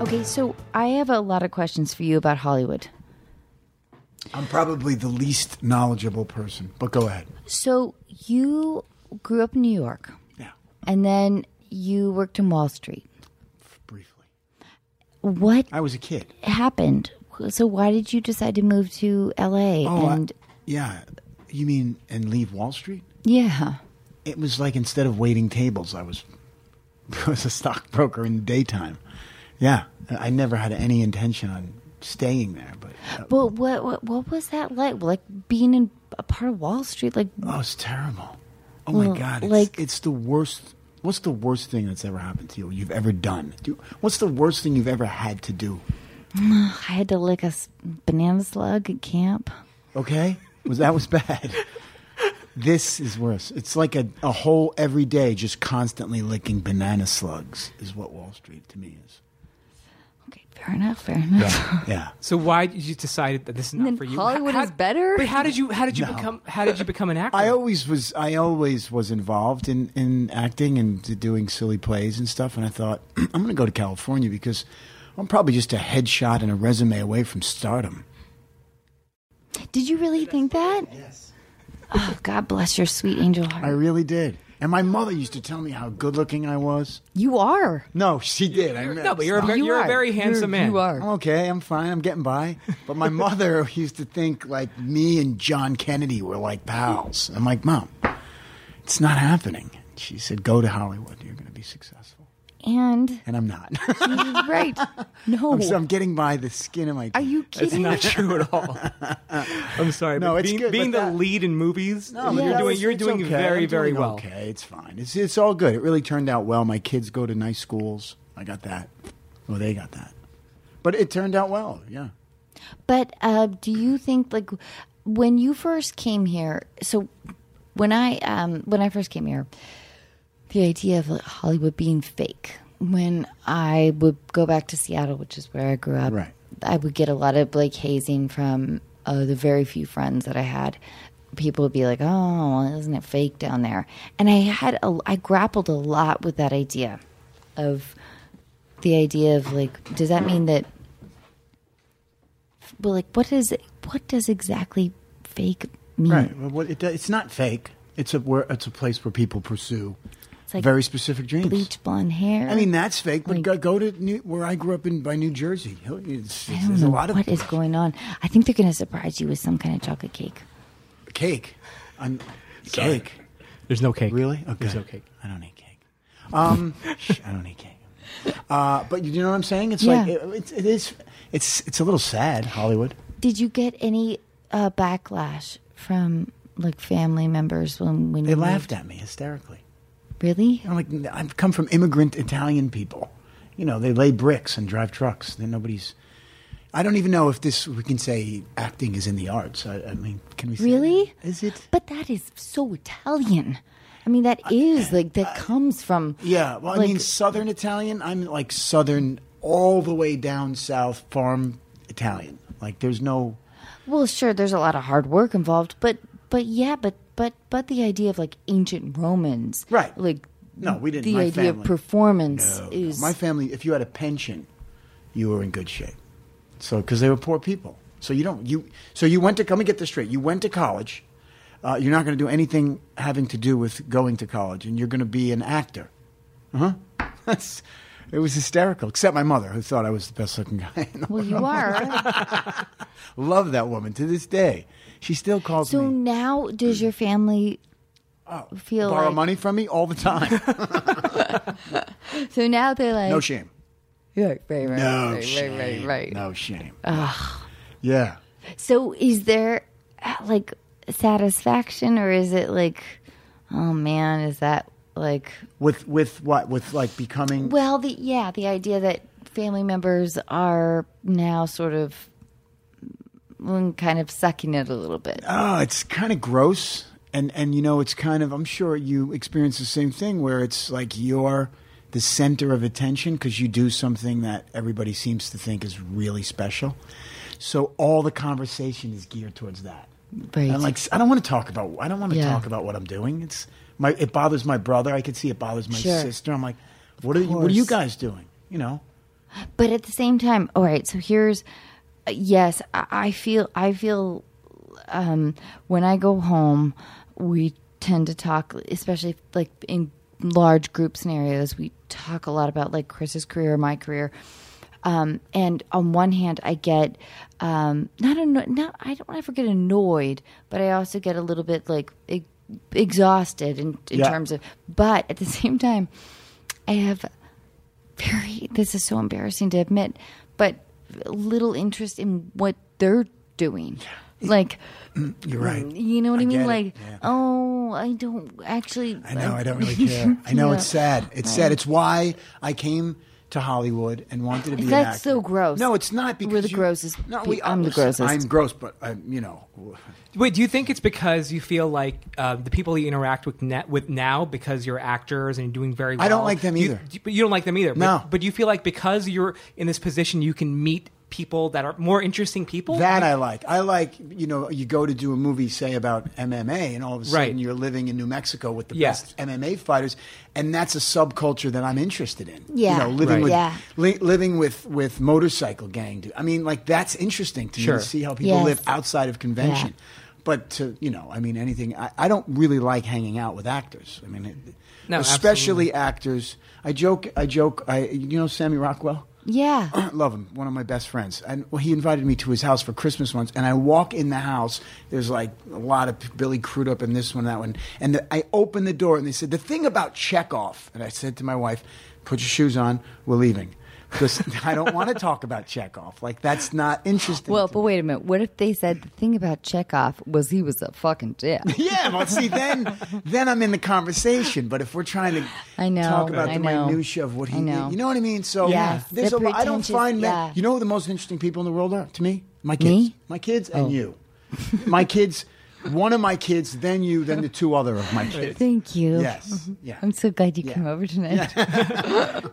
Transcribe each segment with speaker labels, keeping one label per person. Speaker 1: Okay, so I have a lot of questions for you about Hollywood.
Speaker 2: I'm probably the least knowledgeable person, but go ahead.
Speaker 1: So you grew up in New York,
Speaker 2: Yeah,
Speaker 1: and then you worked in Wall Street.
Speaker 2: briefly.
Speaker 1: What
Speaker 2: I was a kid.
Speaker 1: happened? So why did you decide to move to L.A.
Speaker 2: Oh, I-
Speaker 1: and
Speaker 2: yeah. You mean and leave Wall Street?
Speaker 1: yeah,
Speaker 2: It was like instead of waiting tables, I was I was a stockbroker in the daytime. Yeah, I never had any intention on staying there, but uh,
Speaker 1: well, what, what what was that like? Like being in a part of Wall Street, like
Speaker 2: oh, it's terrible. Oh
Speaker 1: Well,
Speaker 2: my god, it's,
Speaker 1: like-
Speaker 2: it's the worst. What's the worst thing that's ever happened to you? You've ever done? Do, what's the worst thing you've ever had to do?
Speaker 1: I had to lick a s- banana slug at camp.
Speaker 2: Okay? Was that was bad. this is worse. It's like a, a whole every day just constantly licking banana slugs is what Wall Street to me is.
Speaker 1: Okay, fair enough, fair enough.
Speaker 2: Yeah.
Speaker 3: So why did you decide that this is not
Speaker 1: Then
Speaker 3: for you?
Speaker 1: Hollywood is better?
Speaker 3: But how did you how did you become how did you become an actor?
Speaker 2: I always was I always was involved in, in acting and d- doing silly plays and stuff and I thought I'm gonna go to California because I'm probably just a headshot and a resume away from stardom.
Speaker 1: Did you really think that? Yes. Oh, God bless your sweet angel
Speaker 2: I
Speaker 1: heart.
Speaker 2: really did. And my mother used to tell me how good looking I was.
Speaker 1: You are.
Speaker 2: No, she did. I know.
Speaker 3: no, but you're a,
Speaker 2: Stop.
Speaker 3: ver-
Speaker 1: You
Speaker 3: you're
Speaker 1: are.
Speaker 3: a very handsome
Speaker 1: You're-
Speaker 3: man.
Speaker 1: you are.
Speaker 2: I'm okay. I'm fine. I'm getting by. But my mother used to think like me and John Kennedy were like pals. I'm like, Mom, it's not happening. She said, Go to Hollywood. You're going to be successful.
Speaker 1: And
Speaker 2: And I'm not.
Speaker 1: right. No.
Speaker 2: so I'm getting by the skin of my teeth.
Speaker 1: Are you
Speaker 3: It's
Speaker 1: kidding?
Speaker 3: not true at all. I'm sorry.
Speaker 2: No,
Speaker 3: but
Speaker 2: it's
Speaker 3: being,
Speaker 2: good,
Speaker 3: being
Speaker 2: but
Speaker 3: the
Speaker 2: that-
Speaker 3: lead in movies,
Speaker 2: No, but
Speaker 3: you're
Speaker 2: that
Speaker 3: doing
Speaker 2: was-
Speaker 3: you're
Speaker 2: it's
Speaker 3: doing
Speaker 2: okay.
Speaker 3: very
Speaker 2: I'm
Speaker 3: very
Speaker 2: doing
Speaker 3: well.
Speaker 2: Okay, it's fine. It's it's all good. It really turned out well. My kids go to nice schools. I got that. Well, they got that. But it turned out well. Yeah.
Speaker 1: But uh, do you think like when you first came here? So when I um, when I first came here, the idea of like, Hollywood being fake. When I would go back to Seattle, which is where I grew up,
Speaker 2: Right.
Speaker 1: I would get a lot of like hazing from uh, the very few friends that I had. People would be like, "Oh, isn't it fake down there?" And I had a, I grappled a lot with that idea of the idea of like, does that mean that well, like what is what does exactly fake mean?
Speaker 2: Right. Well, what it, do- it's not fake. It's a where, it's a place where people pursue
Speaker 1: It's like
Speaker 2: very specific dreams.
Speaker 1: bleach blonde hair.
Speaker 2: I mean, that's fake. But
Speaker 1: Like-
Speaker 2: go, go to New, where I grew up in by New Jersey. It's- it's-
Speaker 1: I don't
Speaker 2: there's
Speaker 1: know
Speaker 2: a
Speaker 1: what
Speaker 2: lot
Speaker 1: is
Speaker 2: of
Speaker 1: going on. I think they're going to surprise you with some kind of chocolate cake.
Speaker 2: cake. I'm,
Speaker 3: Sorry.
Speaker 2: cake.
Speaker 3: There's no cake.
Speaker 2: Really? Okay.
Speaker 3: There's no cake.
Speaker 2: I don't eat cake. Um, shh, I don't eat cake. Uh, but you know what I'm saying? It's like
Speaker 1: Yeah.
Speaker 2: it, it's it is. It's it's a little sad, Hollywood.
Speaker 1: Did you get any uh, backlash from like family members when when
Speaker 2: They
Speaker 1: you
Speaker 2: laughed at me hysterically.
Speaker 1: moved? Really?
Speaker 2: I'm like, I've come from immigrant Italian people. You know, they lay bricks and drive trucks. Then nobody's. I don't even know if this we can say acting is in the arts. I, I mean, can we? Say
Speaker 1: Really?
Speaker 2: that? Is it?
Speaker 1: But that is so Italian. I mean, that is like that comes from
Speaker 2: Yeah. Well, I
Speaker 1: like-
Speaker 2: mean, Southern Italian. I'm like Southern, all the way down south, farm Italian. Like, there's no.
Speaker 1: Well, sure, there's a lot of hard work involved, but but yeah, but but but the idea of like ancient Romans,
Speaker 2: Right.
Speaker 1: Like
Speaker 2: No, we didn't.
Speaker 1: The
Speaker 2: My
Speaker 1: idea of
Speaker 2: family-
Speaker 1: performance
Speaker 2: No, no.
Speaker 1: is
Speaker 2: my family. If you had a pension, you were in good shape. So because they were poor people, so you don't you so you went to come and get this straight. You went to college. Uh, you're not going to do anything having to do with going to college, and you're going to be an actor. Huh? That's it was hysterical. Except my mother, who thought I was the best looking guy. In the
Speaker 1: well, you are.
Speaker 2: Love that woman to this day. She still calls
Speaker 1: so
Speaker 2: me.
Speaker 1: now, does your family feel
Speaker 2: Oh, Borrow
Speaker 1: like?
Speaker 2: money from me all the time.
Speaker 1: So now they're like,
Speaker 2: no shame.
Speaker 1: yeah, right, right,
Speaker 2: No
Speaker 1: right,
Speaker 2: shame.
Speaker 1: right, right, right.
Speaker 2: No shame. Yeah.
Speaker 1: So is there uh, like satisfaction, or is it like, oh man, is that like?
Speaker 2: With with what? With like becoming
Speaker 1: Well, the yeah, the idea that family members are now sort of mm, kind of sucking it a little bit.
Speaker 2: oh, it's kind of gross. And and you know, it's kind of I'm sure you experience the same thing where it's like you're the center of attention because you do something that everybody seems to think is really special. So all the conversation is geared towards that.
Speaker 1: Right.
Speaker 2: And I'm like, I don't want to talk about. I don't want to
Speaker 1: Yeah.
Speaker 2: talk about what I'm doing. It's my. It bothers my brother. I could see it bothers my
Speaker 1: Sure.
Speaker 2: sister. I'm like, what are you, what are you
Speaker 1: course.
Speaker 2: guys doing? You know.
Speaker 1: but at the same time all right so here's uh, yes i, I feel i feel um, when i go home we tend to talk especially like in large group scenarios we talk a lot about like chris's career my career um, and on one hand i get um, not anno- not i don't ever get annoyed but i also get a little bit like e- exhausted in, in
Speaker 2: Yeah.
Speaker 1: terms of but at the same time i have very this is so embarrassing to admit but little interest in what they're doing like
Speaker 2: You're right.
Speaker 1: you know what i,
Speaker 2: I
Speaker 1: mean
Speaker 2: get it,
Speaker 1: like
Speaker 2: yeah.
Speaker 1: oh i don't actually
Speaker 2: I know. I don't really care. I know
Speaker 1: Yeah.
Speaker 2: it's sad. It's sad. It's why I came to Hollywood and wanted to be. an
Speaker 1: That's
Speaker 2: actor.
Speaker 1: so gross.
Speaker 2: No, it's not. Because
Speaker 1: We're the
Speaker 2: you-
Speaker 1: grossest
Speaker 2: No,
Speaker 1: pe-
Speaker 2: we,
Speaker 1: I'm the
Speaker 2: listen,
Speaker 1: grossest.
Speaker 2: I'm gross, but I'm, you know,
Speaker 3: Wait, do you think it's because you feel like uh, the people you interact with ne- with now, because you're actors and you're doing very well?
Speaker 2: I don't like them
Speaker 3: you-
Speaker 2: either.
Speaker 3: d- But you don't like them either. But-
Speaker 2: No.
Speaker 3: But, you feel like because you're in this position, you can meet people that are more interesting people?
Speaker 2: that I like. I like. You know, you go to do a movie, say about MMA, and all of a sudden
Speaker 3: Right.
Speaker 2: you're living in New Mexico with the
Speaker 3: Yes.
Speaker 2: best MMA fighters, and that's a subculture that I'm interested in.
Speaker 1: Yeah.
Speaker 2: You know, living
Speaker 3: Right.
Speaker 2: with
Speaker 1: Yeah.
Speaker 2: li- living with with motorcycle gang. dude. I mean, like that's interesting to
Speaker 3: Sure.
Speaker 2: me to see how people
Speaker 1: Yes.
Speaker 2: live outside of convention. But to you know, I mean, anything. I, I don't really like hanging out with actors. I mean, it,
Speaker 3: No,
Speaker 2: especially actors. I joke. I joke. I you know Sammy Rockwell.
Speaker 1: yeah
Speaker 2: love him, one of my best friends. And well, he invited me to his house for Christmas once. And I walk in the house. There's like a lot of Billy Crudup and this one, that one. And the, I open the door and they said, "The thing about Chekhov." And I said to my wife, "Put your shoes on. We're leaving." Because I don't want to talk about Chekhov. Like that's not interesting.
Speaker 1: well
Speaker 2: to
Speaker 1: but
Speaker 2: me.
Speaker 1: wait a minute what if they said the thing about chekhov was he was a fucking dick
Speaker 2: Yeah, well, see, then then I'm in the conversation. But if we're trying to
Speaker 1: I know,
Speaker 2: talk about
Speaker 1: I
Speaker 2: the
Speaker 1: know.
Speaker 2: minutia of what he,
Speaker 1: I know.
Speaker 2: you know what I mean. So
Speaker 1: Yes,
Speaker 2: there's
Speaker 1: the
Speaker 2: a lot. I don't
Speaker 1: pretentious-
Speaker 2: find men-
Speaker 1: yeah.
Speaker 2: You know who the most interesting people in the world are to me? My kids,
Speaker 1: Me? Oh.
Speaker 2: my kids, and you. my kids, one of my kids, then you, then the two other of my kids.
Speaker 1: thank you Mm-hmm.
Speaker 2: Yes, yeah.
Speaker 1: i'm so glad you
Speaker 2: Yeah.
Speaker 1: came over tonight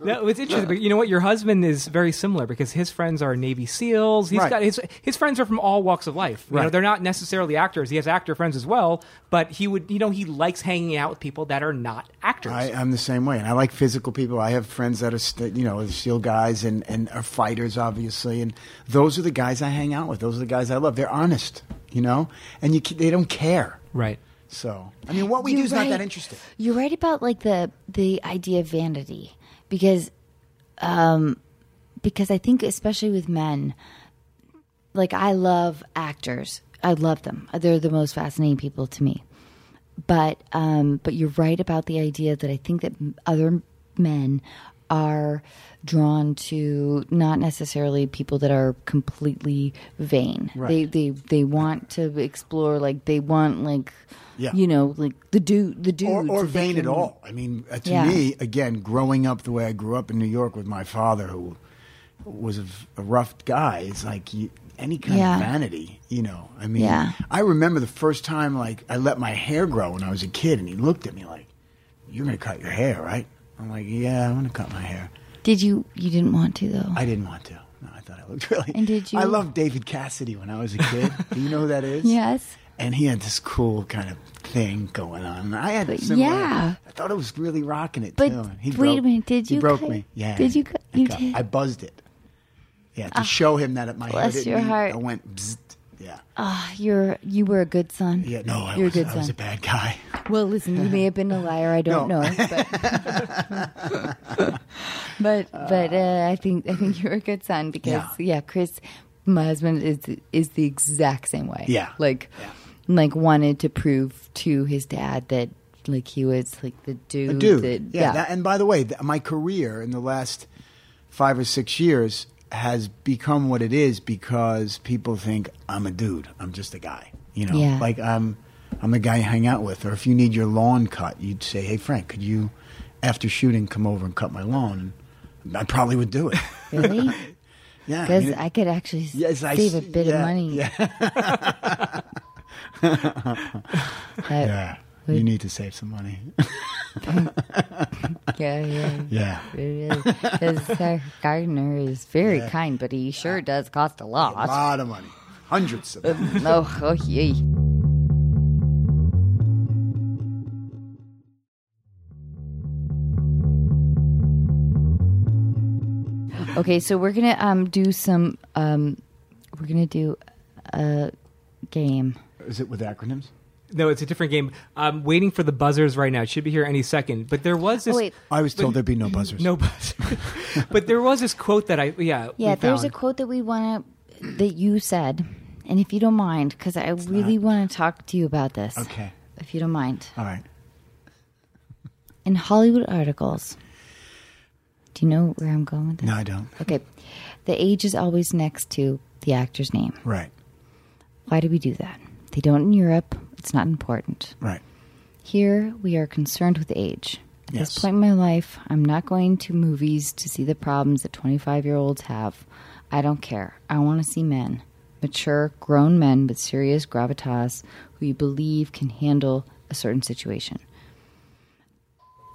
Speaker 3: No, it's interesting. But you know what? Your husband is very similar because his friends are Navy SEALs. He's
Speaker 2: Right.
Speaker 3: got his his friends are from all walks of life. You know,
Speaker 2: Right.
Speaker 3: they're not necessarily actors. He has actor friends as well, but he would you know he likes hanging out with people that are not actors.
Speaker 2: I, I'm the same way, and I like physical people. I have friends that are, st- you know, steel guys and and are fighters, obviously, and those are the guys I hang out with. Those are the guys I love. They're honest, you know, and you ca- they don't care.
Speaker 3: right.
Speaker 2: So I mean, what we do
Speaker 1: You're
Speaker 2: is not that
Speaker 1: right.
Speaker 2: interesting.
Speaker 1: You're right about like the the idea of vanity because um because I think especially with men like I love actors. I love them. They're the most fascinating people to me. But um but you're right about the idea that I think that m- other men are drawn to not necessarily people that are completely vain. They
Speaker 2: Right.
Speaker 1: they they want to explore like they want like
Speaker 2: Yeah.
Speaker 1: you know like the dude the dude
Speaker 2: or, or vain at all. I mean, uh, to
Speaker 1: Yeah.
Speaker 2: me, again, growing up the way I grew up in New York with my father, who was a, v- a rough guy, it's like you, any kind
Speaker 1: Yeah.
Speaker 2: of vanity, you know. I mean,
Speaker 1: Yeah.
Speaker 2: I remember the first time like I let my hair grow when I was a kid, and he looked at me like, "You're gonna cut your hair, right?" I'm like, "Yeah, I'm gonna cut my hair."
Speaker 1: Did you? You didn't want to though.
Speaker 2: I didn't want to. No, I thought I looked really.
Speaker 1: And did you-
Speaker 2: I loved David Cassidy when I was a kid. do you know who that is?
Speaker 1: yes.
Speaker 2: and he had this cool kind of thing going on. And I had similar,
Speaker 1: yeah.
Speaker 2: I thought it was really rocking it
Speaker 1: But
Speaker 2: too. And He
Speaker 1: wait
Speaker 2: broke,
Speaker 1: a minute, did
Speaker 2: he
Speaker 1: you
Speaker 2: broke
Speaker 1: cut-
Speaker 2: me? Yeah,
Speaker 1: did you cut-
Speaker 2: I
Speaker 1: you
Speaker 2: cut-
Speaker 1: did? Ah.
Speaker 2: I buzzed it. Yeah, to show him that it my hair
Speaker 1: bless
Speaker 2: didn't
Speaker 1: your
Speaker 2: mean-
Speaker 1: heart.
Speaker 2: I went. Bzzzt. Yeah,
Speaker 1: Ah, you're you were a good son.
Speaker 2: yeah. No, I
Speaker 1: Ah. you're
Speaker 2: was,
Speaker 1: a good
Speaker 2: I
Speaker 1: son.
Speaker 2: was a bad guy.
Speaker 1: well, listen, you may have been a liar. I don't
Speaker 2: No.
Speaker 1: know, but but, but uh, I think I think you're a good son because yeah.
Speaker 2: Yeah.
Speaker 1: Chris, my husband is is the exact same way.
Speaker 2: Yeah.
Speaker 1: like
Speaker 2: Yeah.
Speaker 1: like wanted to prove to his dad that like he was like the dude.
Speaker 2: A dude.
Speaker 1: that-
Speaker 2: yeah. that- and by the way, th- my career in the last five or six years has become what it is because people think I'm a dude. I'm just a guy. You know,
Speaker 1: Yeah.
Speaker 2: like I'm, I'm the guy you hang out with. Or if you need your lawn cut, you'd say, "Hey Frank, could you, after shooting, come over and cut my lawn?" And I probably would do it.
Speaker 1: really.
Speaker 2: Yeah, I
Speaker 1: Because
Speaker 2: mean, it-
Speaker 1: I could actually s-
Speaker 2: Yes, I
Speaker 1: save a
Speaker 2: s-
Speaker 1: bit of
Speaker 2: yeah,
Speaker 1: money.
Speaker 2: yeah.
Speaker 1: That-
Speaker 2: yeah.
Speaker 1: Wait.
Speaker 2: You need to save some money.
Speaker 1: yeah, yeah.
Speaker 2: yeah.
Speaker 1: It is. 'Cause our gardener is very
Speaker 2: Yeah.
Speaker 1: kind, but he sure does cost a
Speaker 2: A
Speaker 1: lot.
Speaker 2: lot of money. Hundreds of them.
Speaker 1: oh, oh, yay. Okay, so we're gonna um do some um we're gonna do a game.
Speaker 2: Is it with acronyms?
Speaker 3: No, it's a different game. I'm waiting for the buzzers right now. It should be here any second. But there was this.
Speaker 1: Oh, wait.
Speaker 2: I was told there'd be no buzzers.
Speaker 3: No buzz. but there was this quote that I yeah.
Speaker 1: Yeah,
Speaker 3: we
Speaker 1: there's a
Speaker 3: found.
Speaker 1: quote that we want to that you said, and if you don't mind, because I really want to talk to you about this.
Speaker 2: Okay.
Speaker 1: If you don't mind,
Speaker 2: All right.
Speaker 1: in Hollywood articles. Do you know where I'm going with this?
Speaker 2: No, I don't.
Speaker 1: Okay, the age is always next to the actor's name.
Speaker 2: Right.
Speaker 1: Why do we do that? They don't in Europe. It's not important.
Speaker 2: Right.
Speaker 1: Here, we are concerned with age. At
Speaker 2: Yes.
Speaker 1: this point in my life, I'm not going to movies to see the problems that 25 year olds have. I don't care. I want to see men. Mature, grown men with serious gravitas who you believe can handle a certain situation.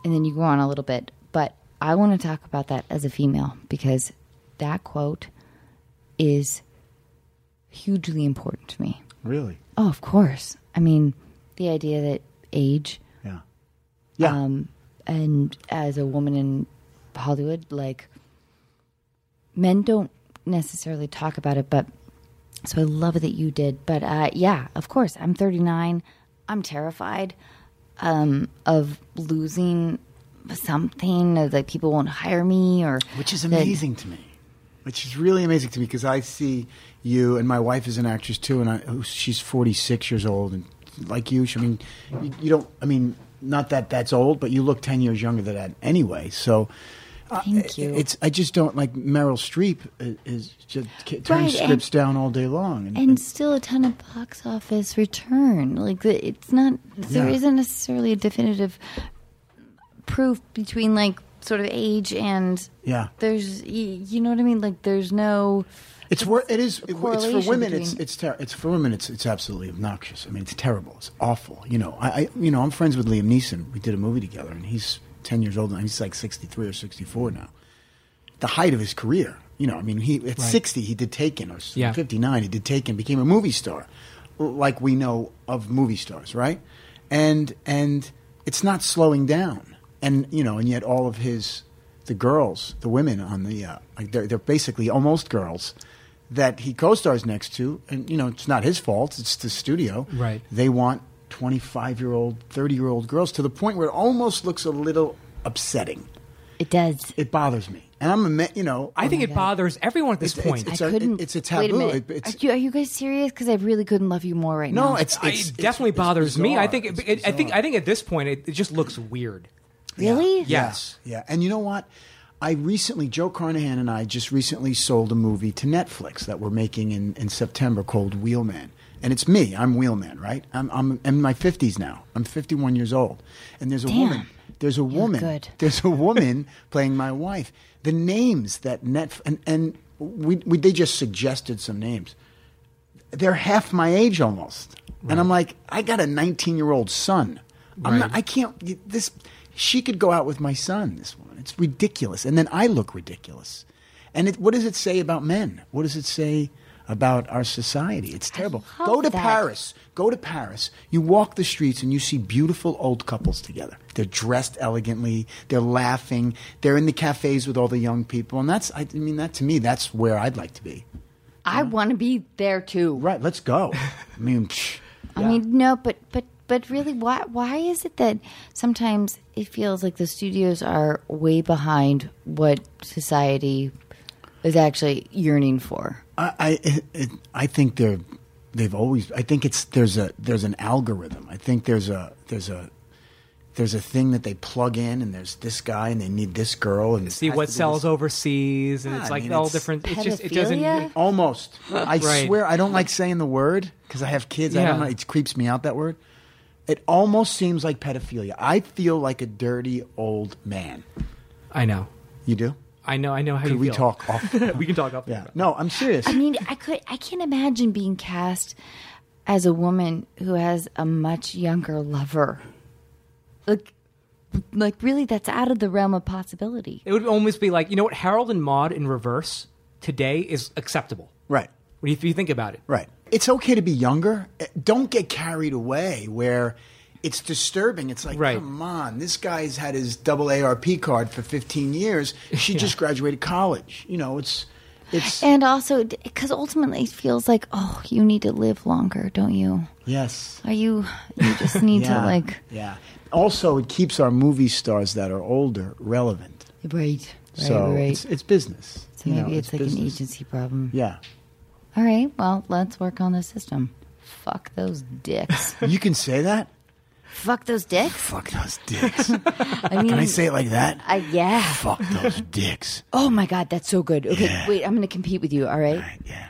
Speaker 1: And then you go on a little bit, but I want to talk about that as a female because that quote is hugely important to me.
Speaker 2: Really?
Speaker 1: Oh, of course. I mean, the idea that age
Speaker 2: Yeah. Yeah.
Speaker 1: um, and as a woman in Hollywood, like men don't necessarily talk about it, but so I love it that you did. But uh, yeah, of course, I'm 39. I'm terrified um, of losing something, or that people won't hire me, or
Speaker 2: Which is
Speaker 1: that-
Speaker 2: amazing to me. Which is really amazing to me because I see you, and my wife is an actress too, and I, who- she's 46 years old, and like you, she, I mean, you, you don't, I mean, not that that's old, but you look 10 years younger than that anyway. So, uh,
Speaker 1: Thank you.
Speaker 2: It's I just don't like Meryl Streep i- is just ca- turns
Speaker 1: Right, and-
Speaker 2: scripts down all day long, and,
Speaker 1: and still a ton of box office return. Like the- it's not there
Speaker 2: Yeah.
Speaker 1: isn't necessarily a definitive proof between like sort of age and
Speaker 2: Yeah.
Speaker 1: There's y- you know what I mean? Like there's no
Speaker 2: It's wor- it is it- it's for
Speaker 1: correlation
Speaker 2: women. It's
Speaker 1: between-
Speaker 2: it's ter- it's for women. It's it's absolutely obnoxious. I mean, it's terrible. It's awful. You know, I, I you know I'm friends with Liam Neeson. We did a movie together, and he's ten years old, and he's like sixty three or sixty four now. The height of his career. You know, I mean, he at sixty he did Taken, or
Speaker 3: Yeah.
Speaker 2: fifty nine he did Taken, became a movie star, like we know of movie stars, right? And and it's not slowing down, and you know, and yet all of his the girls, the women on the uh, like they're they're basically almost girls that he co-stars next to, and you know it's not his fault; it's the studio.
Speaker 3: Right.
Speaker 2: They want twenty-five-year-old, thirty-year-old girls to the point where it almost looks a little upsetting.
Speaker 1: it does.
Speaker 2: It bothers me, and I'm a ma- you know
Speaker 3: I
Speaker 1: Oh
Speaker 3: think it bothers everyone at this
Speaker 2: It's-
Speaker 3: point.
Speaker 2: it's-
Speaker 1: I
Speaker 2: a-
Speaker 1: couldn't.
Speaker 2: it's a
Speaker 1: Wait a
Speaker 2: taboo.
Speaker 1: minute.
Speaker 2: It- it's-
Speaker 1: are, you, are you guys serious? Because I really couldn't love you more right now.
Speaker 2: no, it's, it's
Speaker 3: it definitely
Speaker 2: it's- it's
Speaker 3: bothers me. I
Speaker 2: bizarre.
Speaker 3: think. It,
Speaker 2: It's
Speaker 3: it, I think.
Speaker 2: bizarre.
Speaker 3: I think at this point, it, it just looks weird.
Speaker 1: really.
Speaker 3: Yes.
Speaker 2: Yeah. And you know what? I recently, Joe Carnahan and I just recently sold a movie to Netflix that we're making in, in September called Wheelman. And it's me. I'm Wheelman, right? I'm, I'm in my 50s now. I'm 51 years old. And there's a
Speaker 1: Damn.
Speaker 2: woman. There's a woman.
Speaker 1: good.
Speaker 2: There's a woman playing my wife. The names that Net and, and we, we they just suggested some names. They're half my age almost, and I'm like, I got a 19 year old son. I'm not,
Speaker 3: Right.
Speaker 2: I can't. This she could go out with my son. This woman. It's ridiculous, and then I look ridiculous. And it, what does it say about men? What does it say about our society? It's terrible.
Speaker 1: love
Speaker 2: Go to
Speaker 1: that.
Speaker 2: Paris. Go to Paris. You walk the streets and you see beautiful old couples together. They're dressed elegantly. They're laughing. They're in the cafes with all the young people. And that's, I mean, that to me, that's where I'd like to be.
Speaker 1: I want to be there too.
Speaker 2: Right. Let's go. I mean, psh,
Speaker 1: I mean, no, but but but really, why why is it that sometimes it feels like the studios are way behind what society is actually yearning for?
Speaker 2: I, I, it, it, I think they're, they've always, I think it's, there's a, there's an algorithm. I think there's a, there's a, there's a thing that they plug in and there's this guy and they need this girl and it
Speaker 3: See
Speaker 2: has
Speaker 3: what
Speaker 2: to be
Speaker 3: sells
Speaker 2: this-
Speaker 3: overseas, and
Speaker 2: Yeah,
Speaker 3: it's
Speaker 2: I
Speaker 3: like
Speaker 2: mean,
Speaker 3: all
Speaker 2: it's
Speaker 3: different. It's just it doesn't.
Speaker 1: Pedophilia?
Speaker 2: Almost. I
Speaker 3: Right.
Speaker 2: swear I don't like saying the word because I have kids. I
Speaker 3: Yeah.
Speaker 2: don't know. It creeps me out that word. It almost seems like pedophilia. I feel like a dirty old man.
Speaker 3: I know.
Speaker 2: You do?
Speaker 3: I know. I know how
Speaker 2: Could
Speaker 3: you
Speaker 2: we
Speaker 3: feel.
Speaker 2: talk off?
Speaker 3: we can talk up.
Speaker 2: yeah. No, I'm serious.
Speaker 1: I mean, I could I can't imagine being cast as a woman who has a much younger lover. Like, like really, that's out of the realm of possibility.
Speaker 3: It would almost be like you know what Harold and Maude in reverse today is acceptable.
Speaker 2: right.
Speaker 3: What do you, if you think about it?
Speaker 2: Right. It's okay to be younger. Eh, Don't get carried away where it's disturbing. It's like,
Speaker 3: Right.
Speaker 2: come on, this guy's had his double ARP card for 15 years. She just graduated college. You know, it's it's
Speaker 1: And also, because ultimately it feels like, oh, you need to live longer, don't you?
Speaker 2: yes.
Speaker 1: Are you, you just need to,
Speaker 2: Yeah.
Speaker 1: like,
Speaker 2: yeah. Also, it keeps our movie stars that are older relevant.
Speaker 1: right, right,
Speaker 2: so
Speaker 1: right.
Speaker 2: it's it's business.
Speaker 1: so
Speaker 2: you
Speaker 1: maybe
Speaker 2: know,
Speaker 1: it's, like an
Speaker 2: business.
Speaker 1: agency problem.
Speaker 2: Yeah.
Speaker 1: All right, well, let's work on the system. Fuck those dicks.
Speaker 2: You can say that?
Speaker 1: Fuck those dicks?
Speaker 2: Fuck those dicks.
Speaker 1: I mean,
Speaker 2: Can I say it like that?
Speaker 1: I- yeah.
Speaker 2: Fuck those dicks.
Speaker 1: Oh my God, that's so good. Okay,
Speaker 2: Yeah.
Speaker 1: wait, I'm going to compete with you, all right?
Speaker 2: Yeah.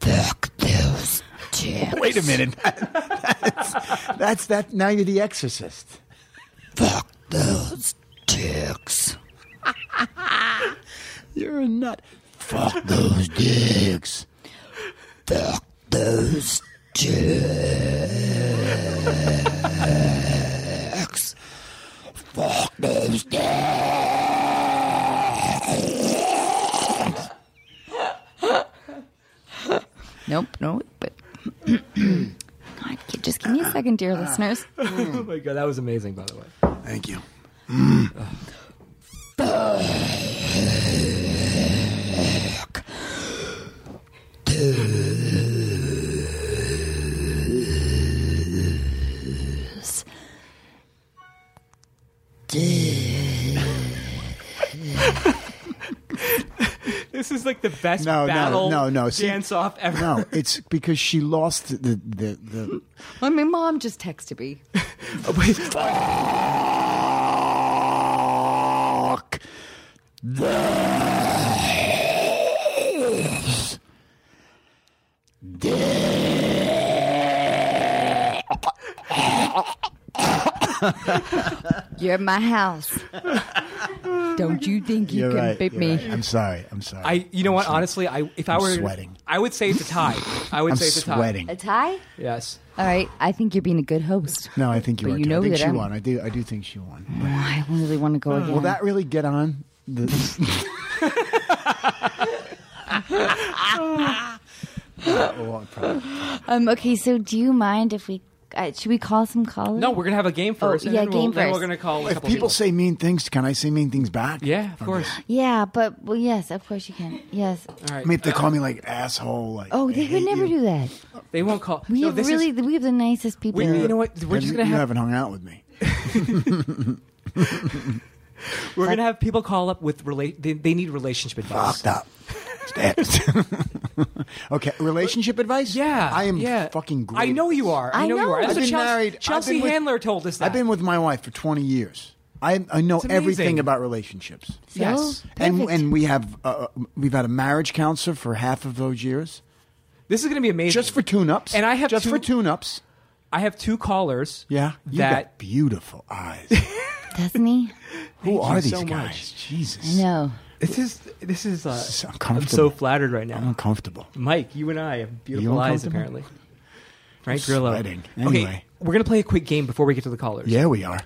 Speaker 1: Fuck those dicks.
Speaker 2: Wait a minute. that's, that's that. Now you're the exorcist.
Speaker 1: Fuck those dicks.
Speaker 2: You're a nut. Fuck those dicks.
Speaker 1: Fuck those dicks. Fuck those dicks. Nope, no, but God, gi- just give me
Speaker 2: Uh,
Speaker 1: a second, dear listeners.
Speaker 3: oh my god, that was amazing. By the way,
Speaker 2: Thank you.
Speaker 3: this is like the best
Speaker 2: No, no,
Speaker 3: battle
Speaker 2: no, no, see-
Speaker 3: dance off ever.
Speaker 2: No, it's because she lost the the the.
Speaker 1: Well, my mom just texted me.
Speaker 2: Fuck. those
Speaker 1: You're in my house. Don't you think you
Speaker 2: You're
Speaker 1: can
Speaker 2: right,
Speaker 1: beat
Speaker 2: you're
Speaker 1: me?
Speaker 2: right. I'm sorry. I'm sorry.
Speaker 3: I, you know what? Honestly, I if i
Speaker 2: I'm
Speaker 3: were
Speaker 2: sweating.
Speaker 3: I would say it's a tie. I would
Speaker 2: I'm
Speaker 3: say it's a tie.
Speaker 2: sweating.
Speaker 1: A tie?
Speaker 3: Yes.
Speaker 1: All right. I think you're being a good host.
Speaker 2: No, I think you
Speaker 1: But
Speaker 2: are.
Speaker 1: you
Speaker 2: too.
Speaker 1: know
Speaker 2: I think
Speaker 1: that
Speaker 2: she
Speaker 1: I'm-
Speaker 2: won. I do. I do think she won.
Speaker 3: Mm-hmm.
Speaker 1: Oh, I really want to go
Speaker 3: Hmm.
Speaker 1: again.
Speaker 2: Will that really get on? The... Well, Oh, probably.
Speaker 1: um, okay, so do you mind if we uh, should we call some callers?
Speaker 3: No, we're gonna have a game first. and
Speaker 1: Oh, yeah,
Speaker 3: then we'll,
Speaker 1: game
Speaker 3: Then we're
Speaker 1: first.
Speaker 3: gonna call a
Speaker 2: If
Speaker 3: couple
Speaker 2: people say mean things, can I say mean things back?
Speaker 3: Yeah, of
Speaker 2: Okay.
Speaker 3: course.
Speaker 1: Yeah, but well, yes, of course you can. Yes.
Speaker 3: All
Speaker 2: I
Speaker 3: right.
Speaker 2: mean, if they call me like asshole, like
Speaker 1: Oh, they would never do that.
Speaker 3: They won't call.
Speaker 1: We
Speaker 3: no,
Speaker 1: have
Speaker 3: this is-
Speaker 1: really we have the nicest people.
Speaker 3: we, you know what? We're just gonna have
Speaker 2: not hung out with me.
Speaker 3: we're gonna have people call up with relate. They, they need relationship advice.
Speaker 2: Fucked up. okay, relationship advice.
Speaker 3: Yeah,
Speaker 2: I am
Speaker 3: yeah.
Speaker 2: fucking great.
Speaker 3: I know you are. I,
Speaker 1: I
Speaker 3: know, you
Speaker 1: know.
Speaker 3: are. That's
Speaker 1: I've
Speaker 3: what
Speaker 2: been
Speaker 3: Chelsea,
Speaker 2: married- I've
Speaker 3: Chelsea
Speaker 2: been with-
Speaker 3: Handler told us that.
Speaker 2: I've been with my wife for 20 years. I, I know
Speaker 3: amazing.
Speaker 2: everything about relationships.
Speaker 1: So,
Speaker 3: yes.
Speaker 2: And
Speaker 1: perfect.
Speaker 2: and we have uh, we've had a marriage counselor for half of those years,
Speaker 3: This is gonna be amazing.
Speaker 2: just for tune-ups.
Speaker 3: And I have
Speaker 2: just
Speaker 3: two-
Speaker 2: for tune-ups.
Speaker 3: I have two callers.
Speaker 2: Yeah, you
Speaker 3: That
Speaker 2: got beautiful eyes.
Speaker 1: doesn't he?
Speaker 2: Who
Speaker 3: you
Speaker 2: are these
Speaker 3: so much.
Speaker 2: guys? Jesus,
Speaker 1: No.
Speaker 3: this is this is. Uh,
Speaker 2: This is
Speaker 3: I'm
Speaker 2: uncomfortable.
Speaker 3: so flattered right now.
Speaker 2: I'm uncomfortable.
Speaker 3: Mike, you and I have beautiful eyes,
Speaker 2: uncomfortable?
Speaker 3: apparently. Right, Grillo.
Speaker 2: sweating.
Speaker 3: Okay,
Speaker 2: Anyway.
Speaker 3: we're gonna play a quick game before we get to the callers.
Speaker 2: Yeah, we are.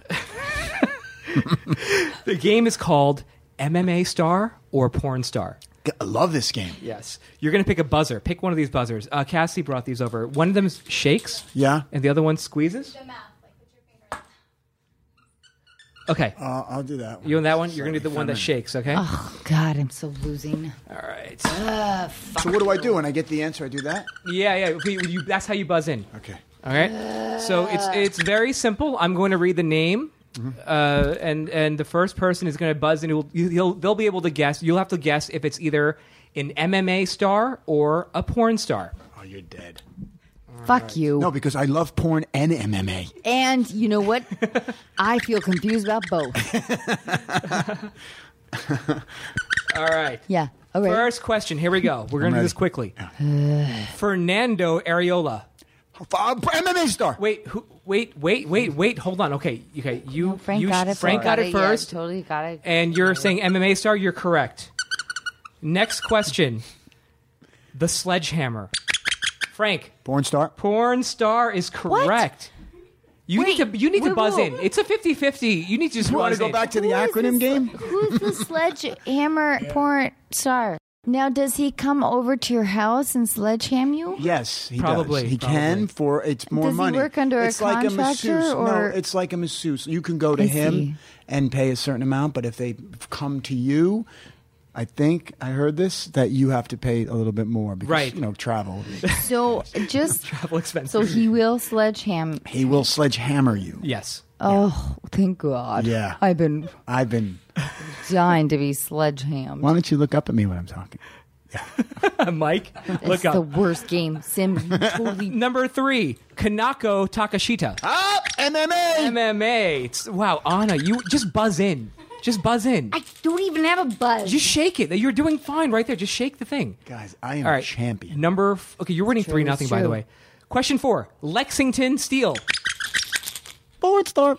Speaker 3: The game is called MMA Star or Porn Star.
Speaker 2: I love this game.
Speaker 3: Yes, you're gonna pick a buzzer. Pick one of these buzzers. Uh, Cassie brought these over. One of them shakes.
Speaker 2: Yeah.
Speaker 3: and the other one squeezes. Okay,
Speaker 2: Uh, I'll do that. One.
Speaker 3: you and that one. You're gonna do the one that shakes. Okay.
Speaker 1: Oh God, I'm so losing.
Speaker 3: All right.
Speaker 2: So what do I do when I get the answer? I do that.
Speaker 3: Yeah, yeah. okay, you- that's how you buzz in.
Speaker 2: Okay.
Speaker 3: All right. So it's it's very simple. I'm going to read the name, uh, and and the first person is going to buzz in. Who'll- you- He'll they'll be able to guess. You'll have to guess if it's either an MMA star or a porn star.
Speaker 2: Oh, you're dead.
Speaker 1: Fuck you.
Speaker 2: No, because I love porn and MMA.
Speaker 1: And you know what? I feel confused about both.
Speaker 3: All right.
Speaker 1: Yeah. All right.
Speaker 3: First question. Here we go. We're going to do
Speaker 2: ready.
Speaker 3: this quickly. Fernando Areola.
Speaker 2: Uh, MMA star.
Speaker 3: Wait, who, wait, wait, wait, wait. Hold on. Okay, okay. You,
Speaker 1: No, Frank
Speaker 3: you,
Speaker 1: got it.
Speaker 3: Frank
Speaker 1: first.
Speaker 3: got it
Speaker 1: Yeah,
Speaker 3: first,
Speaker 1: totally got it.
Speaker 3: and you're saying MMA star. You're correct. Next question. The sledgehammer. Frank,
Speaker 2: Porn star.
Speaker 3: porn star is correct. You need
Speaker 1: Wait,
Speaker 3: to you need to
Speaker 1: wait,
Speaker 3: buzz
Speaker 1: whoa.
Speaker 3: in. It's a 50-50. You need to just
Speaker 2: You want
Speaker 3: buzz
Speaker 2: to go
Speaker 3: in.
Speaker 2: back to the
Speaker 1: Who is
Speaker 2: acronym
Speaker 1: this-
Speaker 2: game?
Speaker 1: Who's the sledgehammer porn star? Now, does he come over to your house and sledgeham you?
Speaker 2: Yes, he
Speaker 3: Probably,
Speaker 2: does. He
Speaker 3: probably.
Speaker 2: can for it's more
Speaker 1: Does he
Speaker 2: money.
Speaker 1: work under a
Speaker 2: it's like a
Speaker 1: contractor,
Speaker 2: masseuse.
Speaker 1: or-
Speaker 2: No, it's like a masseuse. You can go to
Speaker 1: I
Speaker 2: him
Speaker 1: see.
Speaker 2: and pay a certain amount, but if they come to you, I think I heard this that you have to pay a little bit more because
Speaker 3: Right.
Speaker 2: you know travel.
Speaker 1: So just
Speaker 3: Travel expenses.
Speaker 1: so he will sledgeham.
Speaker 2: he will sledgehammer you.
Speaker 3: yes.
Speaker 1: Oh, thank God!
Speaker 2: Yeah.
Speaker 1: I've been
Speaker 2: I've been.
Speaker 1: dying to be sledgehammed.
Speaker 2: Why don't you look up at me when I'm talking?
Speaker 3: Mike,
Speaker 1: It's
Speaker 3: look up.
Speaker 1: the worst game sim. You totally
Speaker 3: Number three, Kanako Takashita.
Speaker 2: Up MMA.
Speaker 3: MMA. It's- wow, Anna, you just buzz in. Just buzz in.
Speaker 1: I don't even have a buzz.
Speaker 3: Just shake it. You're doing fine right there. Just shake the thing.
Speaker 2: Guys, I am
Speaker 3: All right.
Speaker 2: champion.
Speaker 3: Number. F- okay, you're winning
Speaker 1: True,
Speaker 3: three nothing. By the
Speaker 1: true.
Speaker 3: way. Question four. Lexington Steel.
Speaker 2: Porn star.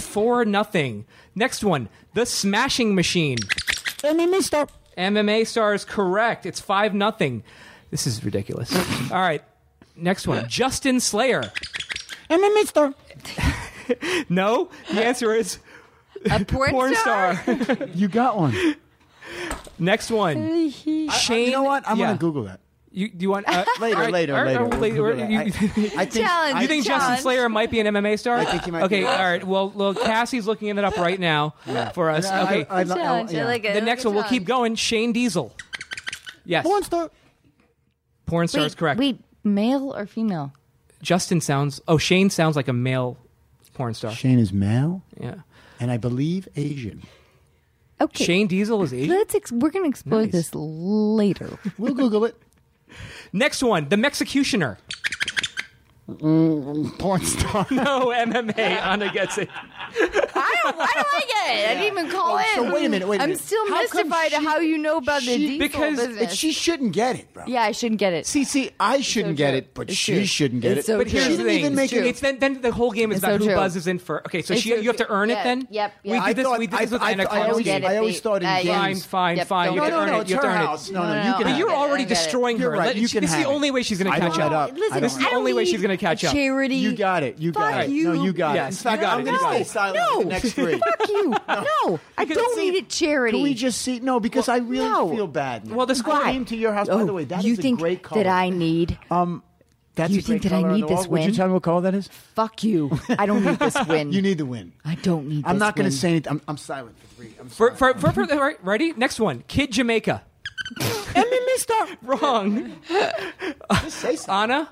Speaker 3: Four nothing. Next one. The Smashing Machine.
Speaker 2: MMA star.
Speaker 3: MMA star is correct. It's five nothing. This is ridiculous. All right. Next one. Justin Slayer.
Speaker 2: MMA star.
Speaker 3: No. The answer is
Speaker 1: a porn,
Speaker 3: porn star.
Speaker 2: You got one.
Speaker 3: Next one. Shane.
Speaker 2: you know what? I'm
Speaker 3: yeah.
Speaker 2: gonna Google that.
Speaker 3: You, do you want uh,
Speaker 2: Later,
Speaker 3: all right,
Speaker 2: later,
Speaker 3: all right,
Speaker 2: later.
Speaker 3: all right,
Speaker 2: We'll Google
Speaker 3: later,
Speaker 2: that.
Speaker 3: you-
Speaker 2: I, I think,
Speaker 1: Challenge.
Speaker 2: I
Speaker 3: You think Justin
Speaker 1: Challenge.
Speaker 3: Slayer might be an MMA star? I
Speaker 2: think he might
Speaker 3: Okay,
Speaker 2: be.
Speaker 3: all right. Well, well, Cassie's looking into it up right now for us. Okay,
Speaker 2: Uh, I, I, I,
Speaker 1: Challenge, uh, I
Speaker 2: yeah.
Speaker 1: like it.
Speaker 3: the next one. We'll keep going. Shane Diesel. Yes,
Speaker 2: Porn star.
Speaker 3: porn star
Speaker 1: Wait,
Speaker 3: is correct.
Speaker 1: Wait, male or female?
Speaker 3: Justin sounds. Oh, Shane sounds like a male porn star.
Speaker 2: Shane is male,
Speaker 3: Yeah,
Speaker 2: and I believe Asian.
Speaker 1: Okay.
Speaker 3: Shane Diesel is Asian.
Speaker 1: Let's ex- we're gonna explore
Speaker 3: Nice.
Speaker 1: this later.
Speaker 2: We'll Google it.
Speaker 3: Next one, the Mexicutioner.
Speaker 2: Porn star.
Speaker 3: No MMA. Anna gets it.
Speaker 1: I don't, I don't like it. I didn't even call
Speaker 2: Well, so wait a minute, wait a
Speaker 1: I'm
Speaker 2: minute.
Speaker 1: still
Speaker 2: How come
Speaker 1: mystified at
Speaker 2: she-
Speaker 1: how you know about the
Speaker 2: she-
Speaker 1: diesel
Speaker 3: because it-
Speaker 1: business.
Speaker 2: she shouldn't get it, bro.
Speaker 1: yeah, I shouldn't get it.
Speaker 2: See, see, I shouldn't get
Speaker 1: true.
Speaker 2: it, but
Speaker 1: It's
Speaker 2: she
Speaker 1: true.
Speaker 2: shouldn't get
Speaker 1: It's
Speaker 2: it.
Speaker 1: so
Speaker 3: But
Speaker 1: true.
Speaker 3: here's
Speaker 2: she
Speaker 3: the
Speaker 2: didn't
Speaker 3: thing.
Speaker 2: even make it.
Speaker 3: It's then, then the whole game is
Speaker 1: It's
Speaker 3: about who
Speaker 1: so true.
Speaker 3: buzzes in first. Okay, so
Speaker 1: It's
Speaker 3: she,
Speaker 1: so
Speaker 3: you have to
Speaker 1: true.
Speaker 3: earn it
Speaker 1: Yeah,
Speaker 3: then.
Speaker 1: yep,
Speaker 3: We did
Speaker 1: yep. I
Speaker 3: this. we did
Speaker 2: thought-
Speaker 3: this with
Speaker 2: I-
Speaker 3: Anna
Speaker 2: I always
Speaker 3: Karolina.
Speaker 2: get it. I always thought in
Speaker 1: Uh, yeah.
Speaker 3: Fine, fine,
Speaker 1: Yep,
Speaker 3: fine.
Speaker 1: don't
Speaker 3: You have
Speaker 1: get
Speaker 3: to
Speaker 1: it.
Speaker 3: earn
Speaker 2: no,
Speaker 3: it. You have
Speaker 2: it's
Speaker 3: to
Speaker 2: her
Speaker 3: earn it.
Speaker 2: house. No, no, you
Speaker 1: No, no,
Speaker 2: can
Speaker 1: Oh, I
Speaker 3: But
Speaker 2: have
Speaker 3: you're
Speaker 1: don't
Speaker 2: it.
Speaker 3: already
Speaker 1: get it.
Speaker 3: destroying
Speaker 2: You're
Speaker 3: her.
Speaker 2: right.
Speaker 3: Let-
Speaker 2: You can
Speaker 3: this is the
Speaker 2: have it.
Speaker 3: only way she's going
Speaker 2: I
Speaker 3: to
Speaker 2: don't
Speaker 3: catch up.
Speaker 2: get up.
Speaker 1: Listen,
Speaker 2: I
Speaker 1: I
Speaker 2: don't
Speaker 1: don't,
Speaker 2: know.
Speaker 3: Only way she's
Speaker 1: need
Speaker 3: gonna catch
Speaker 1: a
Speaker 3: up.
Speaker 1: Charity.
Speaker 2: You got it. You
Speaker 1: Fuck
Speaker 2: got it.
Speaker 1: You.
Speaker 2: No, you got
Speaker 3: Yes,
Speaker 2: it. In fact,
Speaker 3: you got
Speaker 2: I'm
Speaker 3: it.
Speaker 2: going to
Speaker 3: No.
Speaker 2: stay silent
Speaker 1: No.
Speaker 2: for the next three.
Speaker 1: Fuck you. No, I
Speaker 2: Because
Speaker 1: don't
Speaker 2: see,
Speaker 1: need a charity.
Speaker 2: Can we just see? No, because I really
Speaker 1: No.
Speaker 2: feel bad. now.
Speaker 3: Well, this
Speaker 2: I
Speaker 3: guy-
Speaker 2: came to your house.
Speaker 1: Oh,
Speaker 2: By the way, that is
Speaker 1: you
Speaker 2: a
Speaker 1: think
Speaker 2: great color. Uh,
Speaker 1: that I need?
Speaker 2: That's
Speaker 1: you
Speaker 2: a great
Speaker 1: think that I
Speaker 2: color on
Speaker 1: need
Speaker 2: the
Speaker 1: this
Speaker 2: wall. Would you
Speaker 1: win?
Speaker 2: tell me what color that is?
Speaker 1: Fuck you. I don't need this win.
Speaker 2: You need the win.
Speaker 1: I don't need.
Speaker 2: I'm
Speaker 1: this
Speaker 2: not going
Speaker 1: win.
Speaker 2: to say anything. I'm, I'm silent for three. I'm
Speaker 3: For,
Speaker 2: silent.
Speaker 3: for, for, for, right, ready? Next one. Kid Jamaica.
Speaker 2: MMA star.
Speaker 3: Wrong.
Speaker 2: Just say something.
Speaker 3: Anna.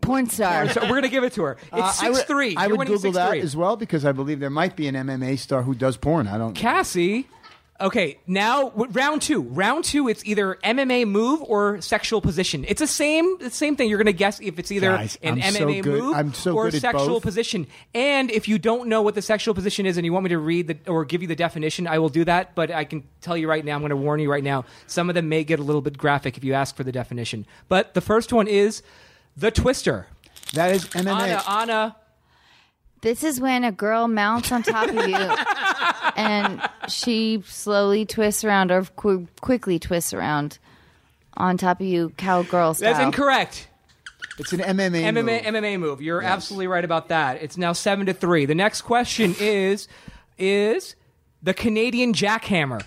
Speaker 1: porn star.
Speaker 3: So we're going to give it to her.
Speaker 2: Uh,
Speaker 3: It's
Speaker 2: I would-
Speaker 3: 6 3.
Speaker 2: I
Speaker 3: You're
Speaker 2: would
Speaker 3: winning 6-3.
Speaker 2: Google that as well because I believe there might be an MMA star who does porn. I don't.
Speaker 3: Cassie. Okay, now w- round two. Round two, it's either MMA move or sexual position. It's the same, the same thing. You're going to guess if it's either
Speaker 2: Guys,
Speaker 3: an
Speaker 2: I'm so
Speaker 3: MMA
Speaker 2: good-
Speaker 3: move
Speaker 2: I'm so
Speaker 3: or
Speaker 2: good at
Speaker 3: sexual
Speaker 2: both.
Speaker 3: position. And if you don't know what the sexual position is, and you want me to read the, or give you the definition, I will do that. But I can tell you right now, I'm going to warn you right now. Some of them may get a little bit graphic if you ask for the definition. But the first one is the twister.
Speaker 2: That is MMA.
Speaker 3: Anna, Anna,
Speaker 1: This is when a girl mounts on top of you and she slowly twists around or qu- quickly twists around on top of you, cowgirl style.
Speaker 3: that's incorrect.
Speaker 2: It's an MMA.
Speaker 3: MMA
Speaker 2: move.
Speaker 3: MMA move. You're absolutely right about that. It's now seven to three. The next question is is the Canadian jackhammer.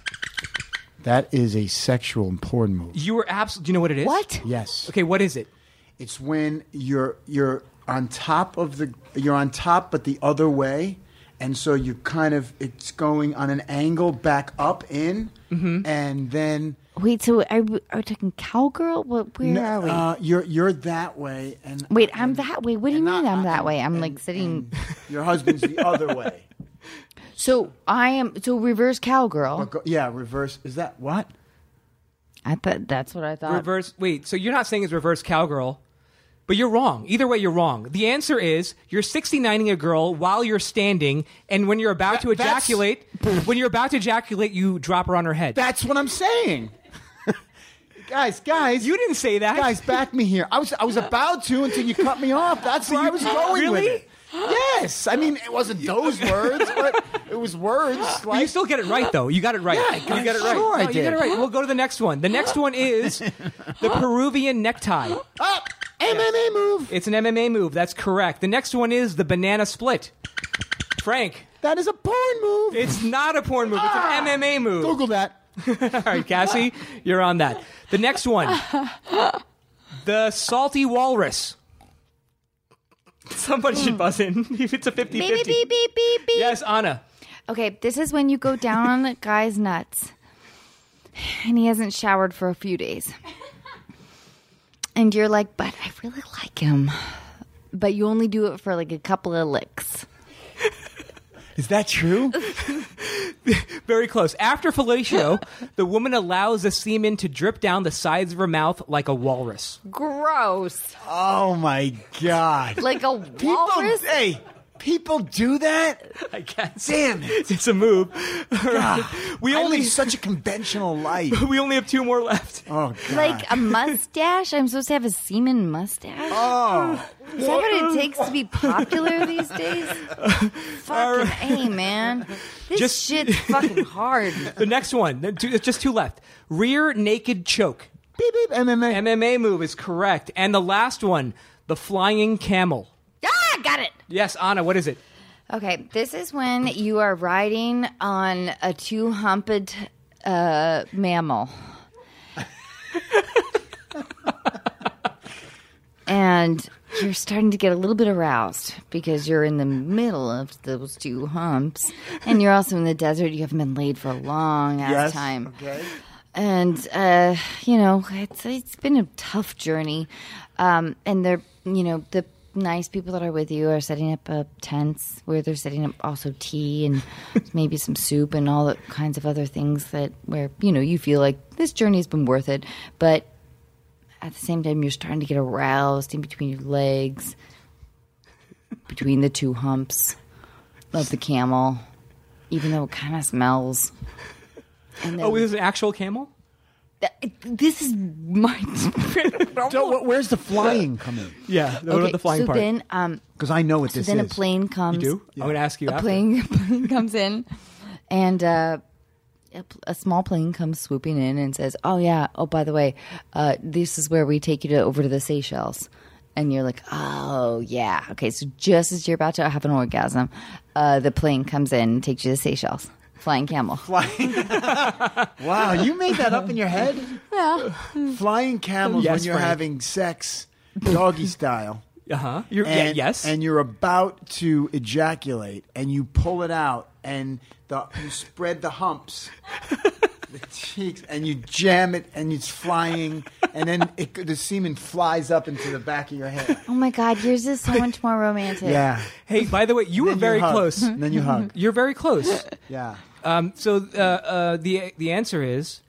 Speaker 2: That is a sexual and porn move.
Speaker 3: You were absolutely. Do you know what it is?
Speaker 1: What?
Speaker 2: Yes.
Speaker 3: Okay, what is it?
Speaker 2: It's when you're you're on top of the you're on top, but the other way, and so you kind of it's going on an angle back up in,
Speaker 3: Mm-hmm.
Speaker 2: and then
Speaker 1: Wait, so are we, are we talking cowgirl? What, where are we?
Speaker 2: uh, you're you're that way and
Speaker 1: Wait, I'm that way. What do you
Speaker 2: and
Speaker 1: mean
Speaker 2: not-
Speaker 1: I'm that way? I'm
Speaker 2: and-
Speaker 1: like sitting.
Speaker 2: and Your husband's the other way.
Speaker 1: So I am. So reverse cowgirl.
Speaker 2: Go- yeah, reverse. Is that what?
Speaker 1: I thought that's what I thought.
Speaker 3: Reverse. Wait. So you're not saying it's reverse cowgirl? But you're wrong. Either way, you're wrong. The answer is you're 69ing a girl while you're standing, and when you're about to
Speaker 2: That- that's-
Speaker 3: ejaculate, when you're about to ejaculate, you drop her on her head.
Speaker 2: That's what I'm saying. guys, guys.
Speaker 3: you didn't say that.
Speaker 2: Guys, back me here. I was I was about to until you cut me off. That's where I was going
Speaker 3: Really?
Speaker 2: with it. Yes. I mean, it wasn't those words, but it was words
Speaker 3: But
Speaker 2: like
Speaker 3: you still get it right, though. You got it right.
Speaker 2: Yeah, I
Speaker 3: you
Speaker 2: got
Speaker 3: got it
Speaker 2: it.
Speaker 3: right.
Speaker 2: Sure I
Speaker 3: No, You
Speaker 2: did.
Speaker 3: got it right. We'll go to the next one. The next one is the Peruvian necktie.
Speaker 2: up MMA move.
Speaker 3: It's an MMA move. That's correct. The next one is the banana split. Frank,
Speaker 2: That is a porn move.
Speaker 3: it's not a porn move. It's
Speaker 2: Ah.
Speaker 3: an MMA move.
Speaker 2: Google that.
Speaker 3: All right, Cassie, you're on that. The next one, the salty walrus. Somebody
Speaker 2: Hmm.
Speaker 3: should buzz in if it's a 50
Speaker 1: Beep, beep, beep, beep, beep, beep.
Speaker 3: Yes, Anna.
Speaker 1: Okay, this is when you go down on a guy's nuts and he hasn't showered for a few days. And you're like, but I really like him. But you only do it for like a couple of licks.
Speaker 2: Is that true?
Speaker 3: Very close. After fellatio, the woman allows the semen to drip down the sides of her mouth like a walrus.
Speaker 1: Gross.
Speaker 2: oh my god.
Speaker 1: Like a walrus?
Speaker 2: hey, people do that?
Speaker 3: I guess.
Speaker 2: Damn it.
Speaker 3: It's a move. we
Speaker 2: I
Speaker 3: only
Speaker 2: live such a conventional life.
Speaker 3: we only have two more left.
Speaker 2: Oh god.
Speaker 1: Like a mustache? I'm supposed to have a semen mustache?
Speaker 2: oh.
Speaker 1: Is that what it takes to be popular these days? fucking hey, man. This
Speaker 3: Just-
Speaker 1: shit's fucking hard.
Speaker 3: The next one, the two- just two left. Rear naked choke.
Speaker 2: Beep beep MMA.
Speaker 3: MMA move is correct. And the last one, the flying camel.
Speaker 1: Ah, got it.
Speaker 3: Yes, Anna, what is it?
Speaker 1: Okay, this is when you are riding on a two-humped uh, mammal. and you're starting to get a little bit aroused because you're in the middle of those two humps. And you're also in the desert. You haven't been laid for a long ass
Speaker 2: Yes.
Speaker 1: time
Speaker 2: Okay.
Speaker 1: and uh, you know it's it's been a tough journey, um, and they're you know the nice people that are with you are setting up uh, tents where they're setting up also tea and maybe some soup and all the kinds of other things that where you know you feel like this journey's been worth it, but at the same time you're starting to get aroused in between your legs, between the two humps of the camel, even though it kind of smells. And then-
Speaker 3: Oh, it was an actual camel?
Speaker 1: Th- This is my.
Speaker 2: So, wh- where's the flying come in?
Speaker 3: Yeah, the,
Speaker 1: Okay,
Speaker 3: the flying
Speaker 1: so
Speaker 3: part.
Speaker 1: then, um,
Speaker 2: Because I know what
Speaker 1: so
Speaker 2: this
Speaker 1: then a
Speaker 2: is.
Speaker 1: plane comes.
Speaker 3: you do? I'm going to ask you
Speaker 1: A
Speaker 3: after.
Speaker 1: plane, a plane comes in, and uh, a, pl- a small plane comes swooping in and says, "Oh yeah, oh by the way, uh, this is where we take you to over to the Seychelles." And you're like, "Oh yeah, okay." So just as you're about to have an orgasm, uh, the plane comes in and takes you to Seychelles. Flying camel.
Speaker 2: Flying. wow, you made that up in your head?
Speaker 1: Yeah.
Speaker 2: Flying camels
Speaker 3: Yes,
Speaker 2: when you're
Speaker 3: Frank.
Speaker 2: having sex, doggy style.
Speaker 3: Uh-huh. You're, yeah,
Speaker 2: And,
Speaker 3: yes.
Speaker 2: And you're about to ejaculate and you pull it out and the, you spread the humps, the cheeks, and you jam it and it's flying and then it, the semen flies up into the back of your head.
Speaker 1: Oh my God, yours is so much more romantic.
Speaker 2: Yeah.
Speaker 3: hey, by the way, you were
Speaker 2: Then you
Speaker 3: very
Speaker 2: hug.
Speaker 3: close.
Speaker 2: And then you hug.
Speaker 3: You're very close.
Speaker 2: Yeah.
Speaker 3: Um, so uh, uh, the the answer is,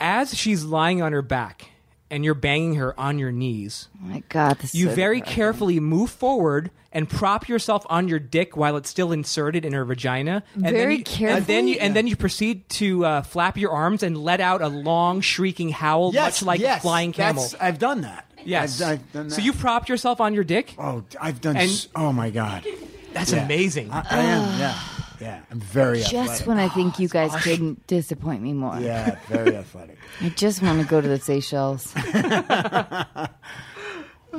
Speaker 3: as she's lying on her back and you're banging her on your knees,
Speaker 1: Oh my God, this is
Speaker 3: you
Speaker 1: so
Speaker 3: very
Speaker 1: gross.
Speaker 3: carefully move forward and prop yourself on your dick while it's still inserted in her vagina. And
Speaker 1: Very
Speaker 3: then you, And then you, and then you proceed to uh, flap your arms and let out a long shrieking howl,
Speaker 2: Yes,
Speaker 3: much like
Speaker 2: yes,
Speaker 3: a flying camel.
Speaker 2: that's- I've done that.
Speaker 3: yes.
Speaker 2: I've, I've done that.
Speaker 3: So you propped yourself on your dick.
Speaker 2: Oh, I've done.
Speaker 3: And-
Speaker 2: s oh my god,
Speaker 3: That's
Speaker 2: Yeah. Uh,
Speaker 3: amazing.
Speaker 2: I, I am. Yeah, yeah. I'm very
Speaker 1: Just
Speaker 2: athletic. Oh,
Speaker 1: when I think you guys couldn't disappoint me more.
Speaker 2: yeah, very athletic.
Speaker 1: I just want to go to the Seychelles.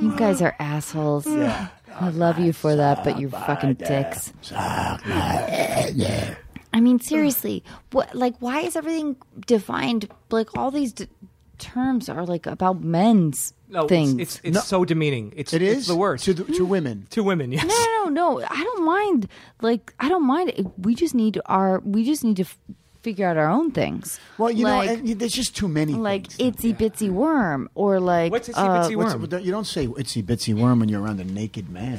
Speaker 1: you guys are assholes.
Speaker 2: Yeah.
Speaker 1: I love you for that, but you're fucking dicks. I mean, seriously, what? Like, why is everything defined? Like, all these d- terms are like about men's
Speaker 3: no,
Speaker 1: things.
Speaker 3: it's it's, it's so demeaning. It's
Speaker 2: It is
Speaker 3: it's the worst
Speaker 2: to the, to women.
Speaker 3: to women. Yes.
Speaker 1: no, no, no. I don't mind. Like, I don't mind. it. We just need our. We just need to f- figure out our own things.
Speaker 2: Well, you
Speaker 1: like,
Speaker 2: know, and you- there's just too many.
Speaker 1: like
Speaker 2: things.
Speaker 1: itsy bitsy worm or like
Speaker 3: What's itsy
Speaker 1: uh,
Speaker 3: bitsy
Speaker 2: What's-
Speaker 3: worm?
Speaker 2: you don't say itsy bitsy worm when you're around a naked man.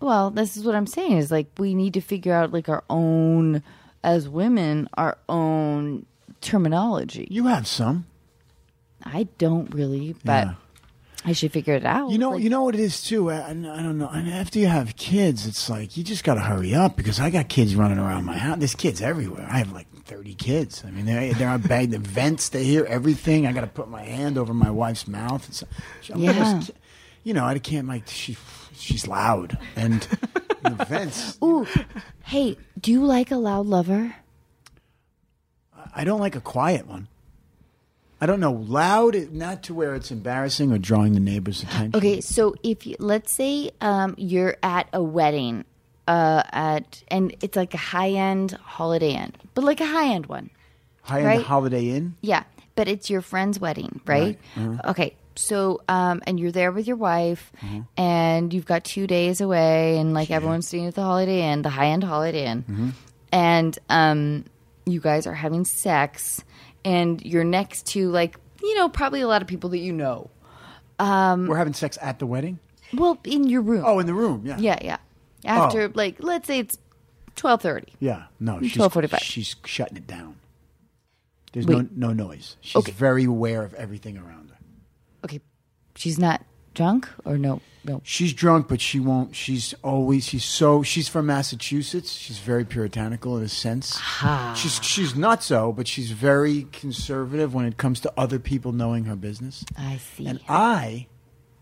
Speaker 1: well this is what i'm saying is like we need to figure out like our own as women our own terminology
Speaker 2: You have some.
Speaker 1: i don't really but I should figure it out.
Speaker 2: You know,
Speaker 1: Like,
Speaker 2: you know what it is too. I, I don't know. And after you have kids, it's like you just got to hurry up because I got kids running around my house. There's kids everywhere. I have like thirty kids. I mean, they're they're on bag the vents. They hear everything. I got to put my hand over my wife's mouth. It's, I'm
Speaker 1: Yeah.
Speaker 2: almost- you know, I can't like she she's loud and the vents.
Speaker 1: Ooh, hey, do you like a loud lover?
Speaker 2: I don't like a quiet one. I don't know. Loud, not to where it's embarrassing or drawing the neighbor's attention.
Speaker 1: Okay, so if you, let's say um, you're at a wedding, uh, at and it's like a high end Holiday Inn, but like a high end one.
Speaker 2: High end
Speaker 1: right.
Speaker 2: Holiday Inn.
Speaker 1: Yeah, but it's your friend's wedding, right?
Speaker 2: Mm-hmm.
Speaker 1: Okay, so um, and you're there with your wife, and you've got two days away, and like everyone's staying at the Holiday Inn, the high end Holiday Inn,
Speaker 2: Mm-hmm.
Speaker 1: and um, you guys are having sex, and you're next to like you know probably a lot of people that you know. Um,
Speaker 2: We're having sex at the wedding.
Speaker 1: Well, in your room.
Speaker 2: Oh, in the room. Yeah.
Speaker 1: Yeah, yeah. After like let's say it's twelve thirty.
Speaker 2: Yeah, no, she's
Speaker 1: 12:45.
Speaker 2: She's shutting it down. There's
Speaker 1: Wait.
Speaker 2: no no noise. She's
Speaker 1: Okay.
Speaker 2: very aware of everything around her.
Speaker 1: Okay. She's not drunk or no no.
Speaker 2: She's drunk, but she won't. She's always. She's so. She's from Massachusetts. She's very puritanical in a sense. She's she's not so, but she's very conservative when it comes to other people knowing her business.
Speaker 1: I see.
Speaker 2: And I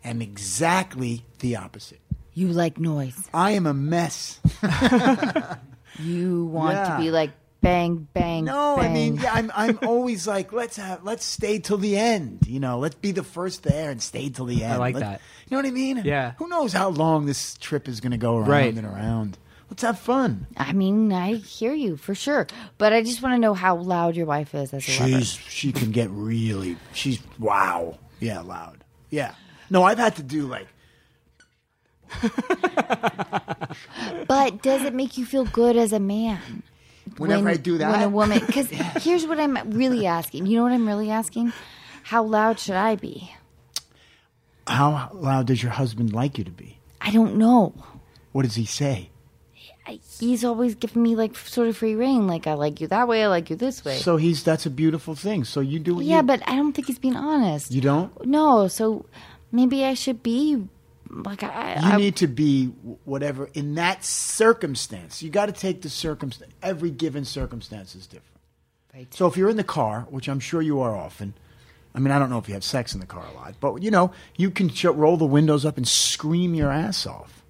Speaker 2: am exactly the opposite.
Speaker 1: you like noise.
Speaker 2: I am a mess.
Speaker 1: You want
Speaker 2: Yeah.
Speaker 1: to be like bang bang.
Speaker 2: No, I mean,
Speaker 1: bang.
Speaker 2: yeah, I'm I'm always like, let's have, let's stay till the end. You know, let's be the first there and stay till the end.
Speaker 3: like
Speaker 2: Let-
Speaker 3: that.
Speaker 2: You know what I mean?
Speaker 3: Yeah.
Speaker 2: Who knows how long this trip is going to go around
Speaker 3: Right.
Speaker 2: and around? Let's have fun.
Speaker 1: I mean, I hear you for sure, but I just want to know how loud your wife is as a lover.
Speaker 2: She's she can get really she's wow yeah loud yeah. No, I've had to do like
Speaker 1: But does it make you feel good as a man?
Speaker 2: whenever
Speaker 1: when-
Speaker 2: I do that
Speaker 1: when a woman because here's what I'm really asking. You know what I'm really asking? How loud should I be?
Speaker 2: How loud does your husband like you to be?
Speaker 1: I don't know.
Speaker 2: What does he say?
Speaker 1: he's always giving me like sort of free reign. Like I like you that way, I like you this way.
Speaker 2: So he's that's a beautiful thing. So you do what
Speaker 1: yeah,
Speaker 2: you,
Speaker 1: but I don't think he's being honest.
Speaker 2: you don't.
Speaker 1: no, so maybe I should be like I.
Speaker 2: You
Speaker 1: I
Speaker 2: need to be w- whatever in that circumstance. You got to take the circumstance. Every given circumstance is different. So if you're in the car, which I'm sure you are often, I mean, I don't know if you have sex in the car a lot, but you know, you can ch- roll the windows up and scream your ass off.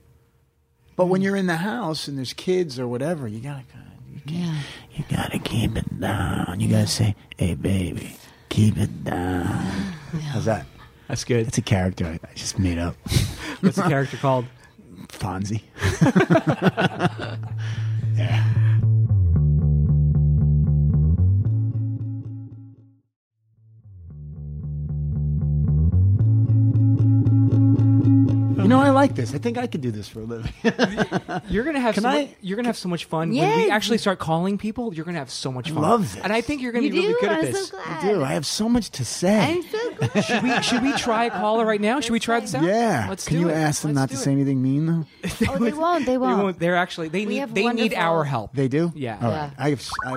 Speaker 2: But
Speaker 1: Mm.
Speaker 2: when you're in the house and there's kids or whatever, you gotta, you, can't, you gotta keep it down. You gotta say, "Hey, baby, keep it down." How's that?
Speaker 3: That's good.
Speaker 2: That's a character I, I just made up.
Speaker 3: What's the character called?
Speaker 2: Fonzie. You know, I like this. I think I could do this for a living.
Speaker 3: You're gonna have
Speaker 2: Can
Speaker 3: so
Speaker 2: I-
Speaker 3: mu- you're gonna have so much fun when
Speaker 1: Yeah.
Speaker 3: we actually start calling people. You're gonna have so much fun.
Speaker 2: love this.
Speaker 3: And I think you're gonna
Speaker 1: you
Speaker 3: be really
Speaker 1: do?
Speaker 3: good at
Speaker 1: I'm
Speaker 3: this.
Speaker 1: so glad.
Speaker 2: I do. I have so much to say.
Speaker 1: am so glad.
Speaker 3: should we should we try a caller right now? Should we try this out?
Speaker 2: yeah.
Speaker 3: Let's
Speaker 2: Can
Speaker 3: do
Speaker 2: you
Speaker 3: it.
Speaker 2: ask them
Speaker 3: Let's
Speaker 2: not
Speaker 3: do
Speaker 2: to
Speaker 3: it.
Speaker 2: say anything mean though?
Speaker 1: Oh, they won't. They
Speaker 3: They
Speaker 1: won't.
Speaker 3: won't. They're actually they
Speaker 1: We
Speaker 3: need
Speaker 1: have
Speaker 3: they need
Speaker 1: wonderful-
Speaker 3: our help.
Speaker 2: They do.
Speaker 3: Yeah.
Speaker 2: All right. I have. s- I-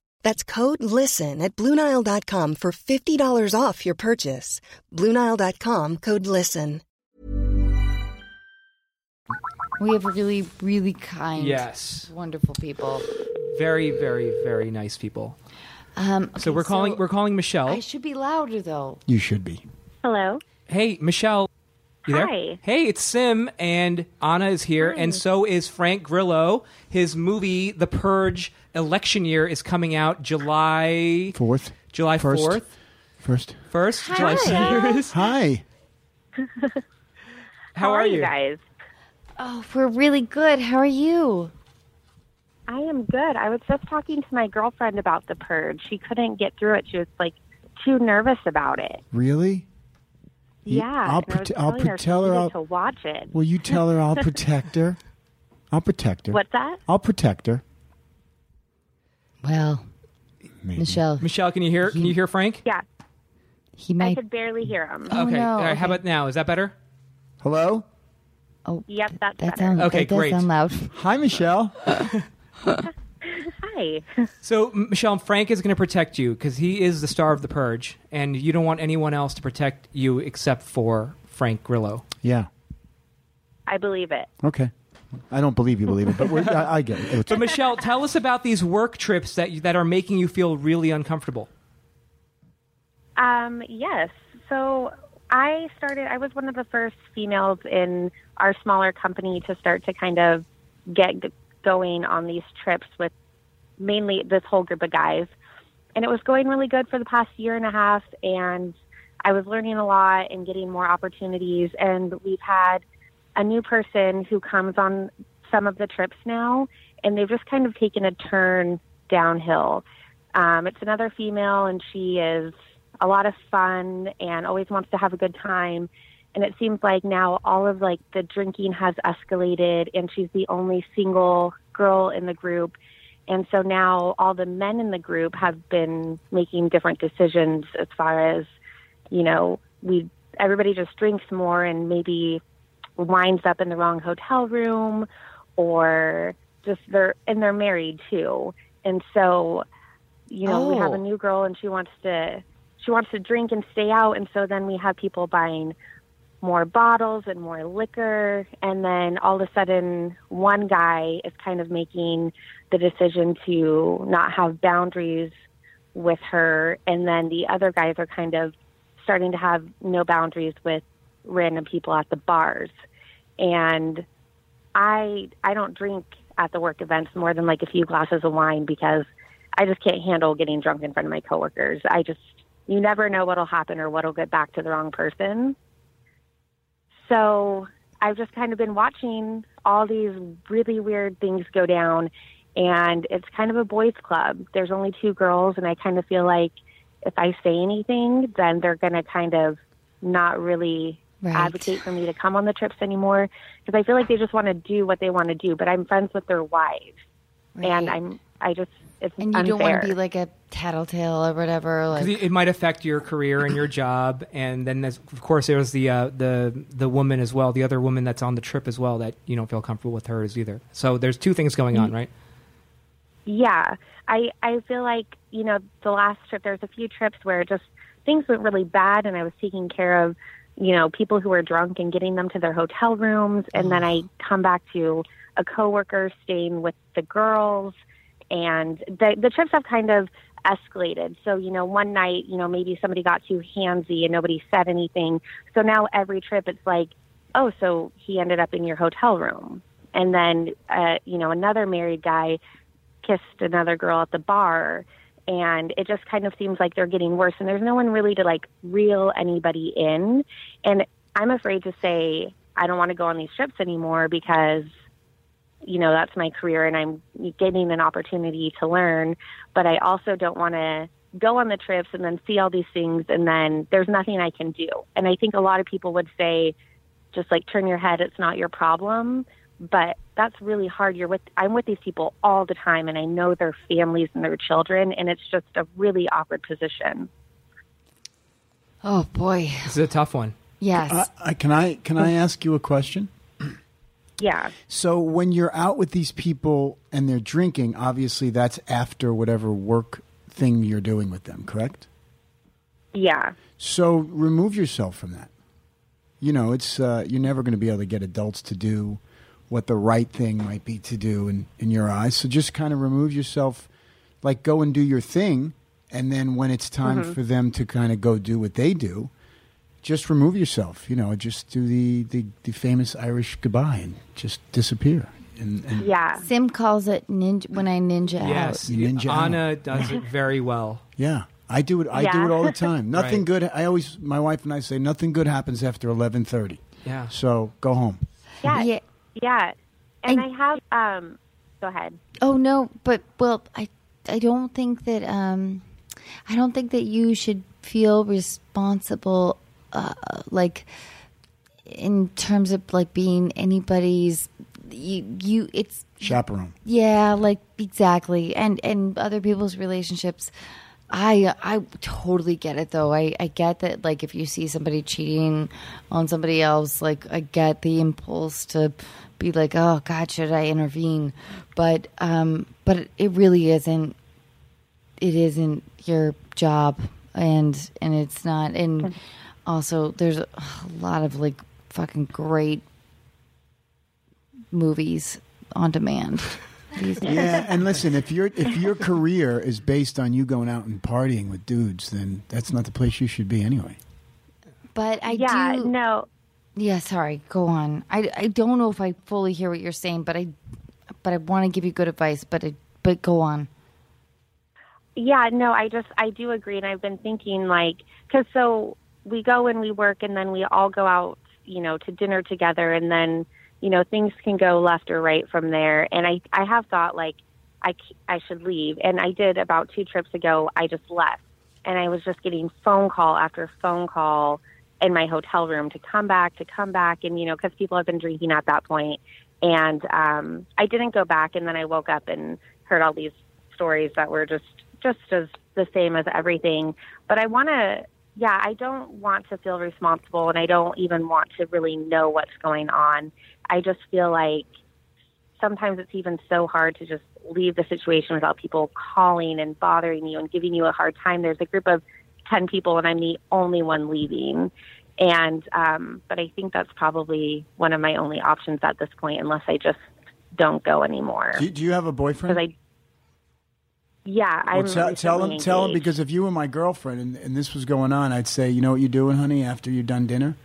Speaker 4: That's code LISTEN at Bluenile.com for $50 off your purchase. Bluenile.com code LISTEN.
Speaker 1: We have really, really kind,
Speaker 3: Yes.
Speaker 1: wonderful people.
Speaker 3: Very, very, very nice people.
Speaker 1: Um,
Speaker 3: So
Speaker 1: okay,
Speaker 3: we're calling we're calling Michelle.
Speaker 1: I should be louder though.
Speaker 2: You should be.
Speaker 5: Hello.
Speaker 3: hey, Michelle. You there?
Speaker 5: Hi.
Speaker 3: Hey, it's Sim and Anna is here and so is Frank Grillo. His movie The Purge Election Year is coming out July
Speaker 2: Fourth.
Speaker 3: July
Speaker 2: First.
Speaker 3: 4th.
Speaker 2: First.
Speaker 3: 1st, July 2nd.
Speaker 2: Hi.
Speaker 3: How, are you?
Speaker 5: guys?
Speaker 1: Oh, we're really good. How are you?
Speaker 5: I am good. I was just talking to my girlfriend about the purge. She couldn't get through it. She was like too nervous about it.
Speaker 2: Really?
Speaker 5: Yeah.
Speaker 2: I'll
Speaker 5: and I was
Speaker 2: prote- I'll
Speaker 5: telling her she
Speaker 2: tell her
Speaker 5: needed
Speaker 2: I'll-
Speaker 5: to watch it.
Speaker 2: Will you tell her I'll protect her? I'll protect her.
Speaker 5: What's that?
Speaker 2: I'll protect her.
Speaker 1: Well, Michelle,
Speaker 3: Michelle, can you hear can you hear Frank?
Speaker 5: Yeah.
Speaker 1: he
Speaker 5: I
Speaker 1: might.
Speaker 5: could barely hear him.
Speaker 1: Oh,
Speaker 3: okay.
Speaker 1: no,
Speaker 3: All right, How
Speaker 1: okay.
Speaker 3: about now? Is that better?
Speaker 2: Hello.
Speaker 1: Oh,
Speaker 5: Yep, that's
Speaker 1: that
Speaker 5: better.
Speaker 1: sounds
Speaker 3: Okay,
Speaker 1: that does
Speaker 3: great.
Speaker 1: sound loud.
Speaker 2: Hi, Michelle.
Speaker 5: Hi.
Speaker 3: So, M- Michelle, Frank is going to protect you because he is the star of The Purge, and you don't want anyone else to protect you except for Frank Grillo.
Speaker 2: yeah.
Speaker 5: I believe it.
Speaker 2: Okay. I don't believe you believe it, but we're, I, I get it. It's-
Speaker 3: But, Michelle, tell us about these work trips that, you, that are making you feel really uncomfortable.
Speaker 5: Um, yes. So I started, I was one of the first females in our smaller company to start to kind of get g- going on these trips with mainly this whole group of guys. And it was going really good for the past year and a half. And I was learning a lot and getting more opportunities. And we've had a new person who comes on some of the trips now, and they've just kind of taken a turn downhill. Um, it's another female, and she is a lot of fun and always wants to have a good time. And it seems like now all of like the drinking has escalated, and she's the only single girl in the group. And so now all the men in the group have been making different decisions as far as, you know, we everybody just drinks more and maybe winds up in the wrong hotel room or just they're and they're married too. And so, you know, we have
Speaker 1: Oh.
Speaker 5: a new girl and she wants to she wants to drink and stay out and so then we have people buying more bottles and more liquor and then all of a sudden one guy is kind of making the decision to not have boundaries with her and then the other guys are kind of starting to have no boundaries with random people at the bars and i i don't drink at the work events more than like a few glasses of wine because i just can't handle getting drunk in front of my coworkers i just you never know what'll happen or what'll get back to the wrong person so I've just kind of been watching all these really weird things go down, and it's kind of a boys' club. There's only two girls, and I kind of feel like if I say anything, then they're going to kind of not really
Speaker 1: Right.
Speaker 5: advocate for me to come on the trips anymore because I feel like they just want to do what they want to do. But I'm friends with their wives, and
Speaker 1: Right.
Speaker 5: I'm I just it's
Speaker 1: And you don't want
Speaker 5: unfair.
Speaker 1: to be like a tattletale or whatever. Like,
Speaker 3: Because it it might affect your career and your job, and then there's, of course there's the uh, the the woman as well, the other woman that's on the trip as well that you don't feel comfortable with hers either. So there's two things going on, right?
Speaker 5: Yeah, I I feel like you know the last trip. There's a few trips where just things went really bad, and I was taking care of you know people who were drunk and getting them to their hotel rooms, and then I come back to a coworker staying with the girls, and the the trips have kind of escalated. So you know one night you know maybe somebody got too handsy and nobody said anything. So now every trip it's like oh, so he ended up in your hotel room. And then, uh, you know, another married guy kissed another girl at the bar. And it just kind of seems like they're getting worse. And there's no one really to like reel anybody in. And I'm afraid to say, I don't want to go on these trips anymore because, you know, that's my career and I'm getting an opportunity to learn. But I also don't want to go on the trips and then see all these things and then there's nothing I can do. And I think a lot of people would say, just like turn your head it's not your problem but that's really hard you're with i'm with these people all the time and i know their families and their children and it's just a really awkward position
Speaker 1: oh boy,
Speaker 3: This is a tough one.
Speaker 1: yes.
Speaker 3: Uh,
Speaker 2: I, I, uh, can I can I ask you a question?
Speaker 5: yeah
Speaker 2: So when you're out with these people and they're drinking, obviously that's after whatever work thing you're doing with them, correct?
Speaker 5: yeah
Speaker 2: So remove yourself from that. You know, it's uh, you're never going to be able to get adults to do what the right thing might be to do in, in your eyes. So just kind of remove yourself, like go and do your thing. And then when it's time
Speaker 5: Mm-hmm.
Speaker 2: for them to kind of go do what they do, just remove yourself. You know, just do the, the, the famous Irish goodbye and just disappear. And, and
Speaker 5: Yeah.
Speaker 1: Sim calls it ninja when I ninja
Speaker 3: Yes,
Speaker 1: out.
Speaker 2: You ninja
Speaker 3: Anna does it very well.
Speaker 2: Yeah, I do it. I do
Speaker 5: Yeah.
Speaker 2: it all the time. Nothing
Speaker 3: Right.
Speaker 2: good. I always, my wife and I say, nothing good happens after eleven thirty.
Speaker 3: Yeah.
Speaker 2: So go home.
Speaker 5: Yeah.
Speaker 1: Yeah.
Speaker 5: Yeah. And
Speaker 1: I-
Speaker 5: I have um go ahead.
Speaker 1: Oh no, but well, I I don't think that um I don't think that you should feel responsible uh like in terms of like being anybody's you you it's
Speaker 2: Chaperone.
Speaker 1: Yeah, like exactly, and and other people's relationships. I I totally get it though. I I get that like if you see somebody cheating on somebody else, like I get the impulse to be like, oh God, should I intervene? But um, but it really isn't. It isn't your job, and and it's not. And also, there's a lot of like fucking great movies on demand these days.
Speaker 2: Yeah, and listen, if your if your career is based on you going out and partying with dudes, then that's not the place you should be anyway.
Speaker 1: But I
Speaker 5: Yeah,
Speaker 1: do.
Speaker 5: no.
Speaker 1: Yeah, sorry. Go on. I, I don't know if I fully hear what you're saying, but I but I want to give you good advice. But I, but go on.
Speaker 5: Yeah, no, I just I do agree, and I've been thinking like because so we go and we work, and then we all go out, you know, to dinner together, and then you know things can go left or right from there. And I I have thought like I c- I should leave, and I did about two trips ago. I just left, and I was just getting phone call after phone call in my hotel room to come back to come back, and you know because people have been drinking at that point, and um, I didn't go back, and then I woke up and heard all these stories that were just just as the same as everything. But I want to, yeah, I don't want to feel responsible, and I don't even want to really know what's going on. I just feel like sometimes it's even so hard to just leave the situation without people calling and bothering you and giving you a hard time. There's a group of ten people, and I'm the only one leaving. And um, but I think that's probably one of my only options at this point, unless I just don't go anymore.
Speaker 2: Do, do you have a boyfriend?
Speaker 5: Because I, yeah,
Speaker 2: Well,
Speaker 5: I'm
Speaker 2: tell, tell him,
Speaker 5: recently
Speaker 2: tell him,
Speaker 5: engaged.
Speaker 2: because if you were my girlfriend and, and this was going on, I'd say, you know what you're doing, honey. After you're done dinner,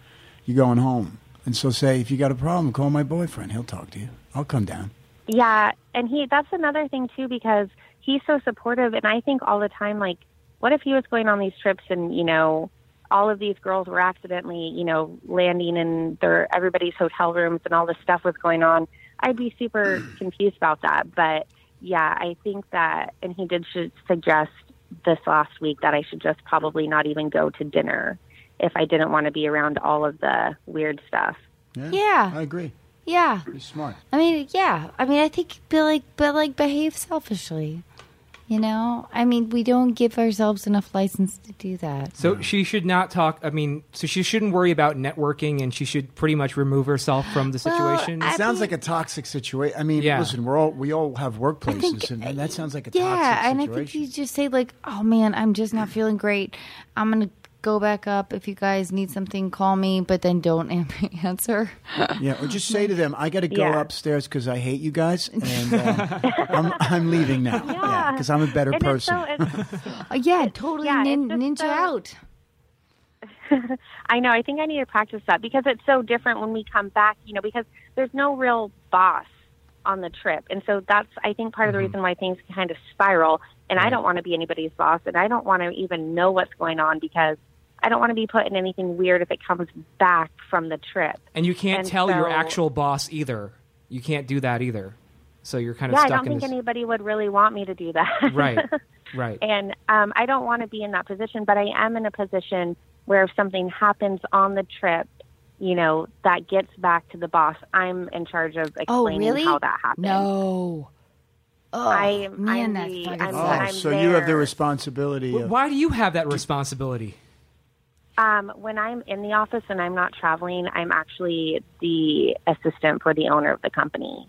Speaker 2: you're going home. And so say, if you got a problem, call my boyfriend. He'll talk to you. I'll come down.
Speaker 5: Yeah, and he that's another thing too because he's so supportive and I think all the time like what if he was going on these trips and you know all of these girls were accidentally, you know, landing in their everybody's hotel rooms and all this stuff was going on. I'd be super confused about that, but yeah, I think that and he did su- suggest this last week that I should just probably not even go to dinner if I didn't want to be around all of the weird stuff.
Speaker 1: Yeah.
Speaker 2: I agree.
Speaker 1: Yeah.
Speaker 2: You're smart.
Speaker 1: I mean, yeah. I mean, I think but like but like behave selfishly. You know, I mean, we don't give ourselves enough license to do that.
Speaker 3: So she should not talk. I mean, so she shouldn't worry about networking, and she should pretty much remove herself from the
Speaker 1: Well,
Speaker 3: situation.
Speaker 1: I-
Speaker 2: sounds
Speaker 1: mean-
Speaker 2: like a toxic situation. I mean,
Speaker 3: Yeah.
Speaker 2: listen, we're all we all have workplaces,
Speaker 1: think-
Speaker 2: and, and that sounds like a
Speaker 1: yeah,
Speaker 2: toxic
Speaker 1: and I
Speaker 2: situation.
Speaker 1: think you just say like, "Oh man, I'm just not feeling great. I'm gonna go back up. If you guys need something, call me." But then don't answer.
Speaker 2: yeah, or just say to them, "I got to go
Speaker 5: Yeah.
Speaker 2: upstairs because I hate you guys, and um, I'm, I'm leaving now. Yeah, because I'm a better
Speaker 5: And it's
Speaker 2: person."
Speaker 5: so it's,
Speaker 1: Uh, yeah, totally
Speaker 5: Yeah,
Speaker 1: nin-
Speaker 5: it's
Speaker 1: ninja
Speaker 5: just so-
Speaker 1: out.
Speaker 5: I know. I think I need to practice that because it's so different when we come back, you know, because there's no real boss on the trip. And so that's, I think, part of
Speaker 3: Mm-hmm.
Speaker 5: the reason why things can kind of spiral. And I don't want to be anybody's boss and I don't want to even know what's going on because I don't want to be put in anything weird if it comes back from the trip.
Speaker 3: and you can't
Speaker 5: and
Speaker 3: tell your
Speaker 5: so-
Speaker 3: actual boss either. You can't do that either. So you're kind of
Speaker 5: Yeah, I
Speaker 3: stuck in
Speaker 5: don't think
Speaker 3: this.
Speaker 5: anybody would really want me to do that.
Speaker 3: Right, right.
Speaker 5: And um, I don't want to be in that position, but I am in a position where if something happens on the trip, you know, that gets back to the boss. I'm in charge of explaining
Speaker 1: Oh, really?
Speaker 5: how that happened.
Speaker 1: No. Oh,
Speaker 5: I-
Speaker 1: man,
Speaker 5: I'm
Speaker 1: that
Speaker 5: the-
Speaker 1: fucking
Speaker 5: I'm
Speaker 2: oh,
Speaker 5: the-
Speaker 1: sucks.
Speaker 2: so you have the
Speaker 5: there.
Speaker 2: responsibility.
Speaker 3: Wh-
Speaker 2: of,
Speaker 3: Why do you have that responsibility?
Speaker 5: Um, when I'm in the office and I'm not traveling, I'm actually the assistant for the owner of the company.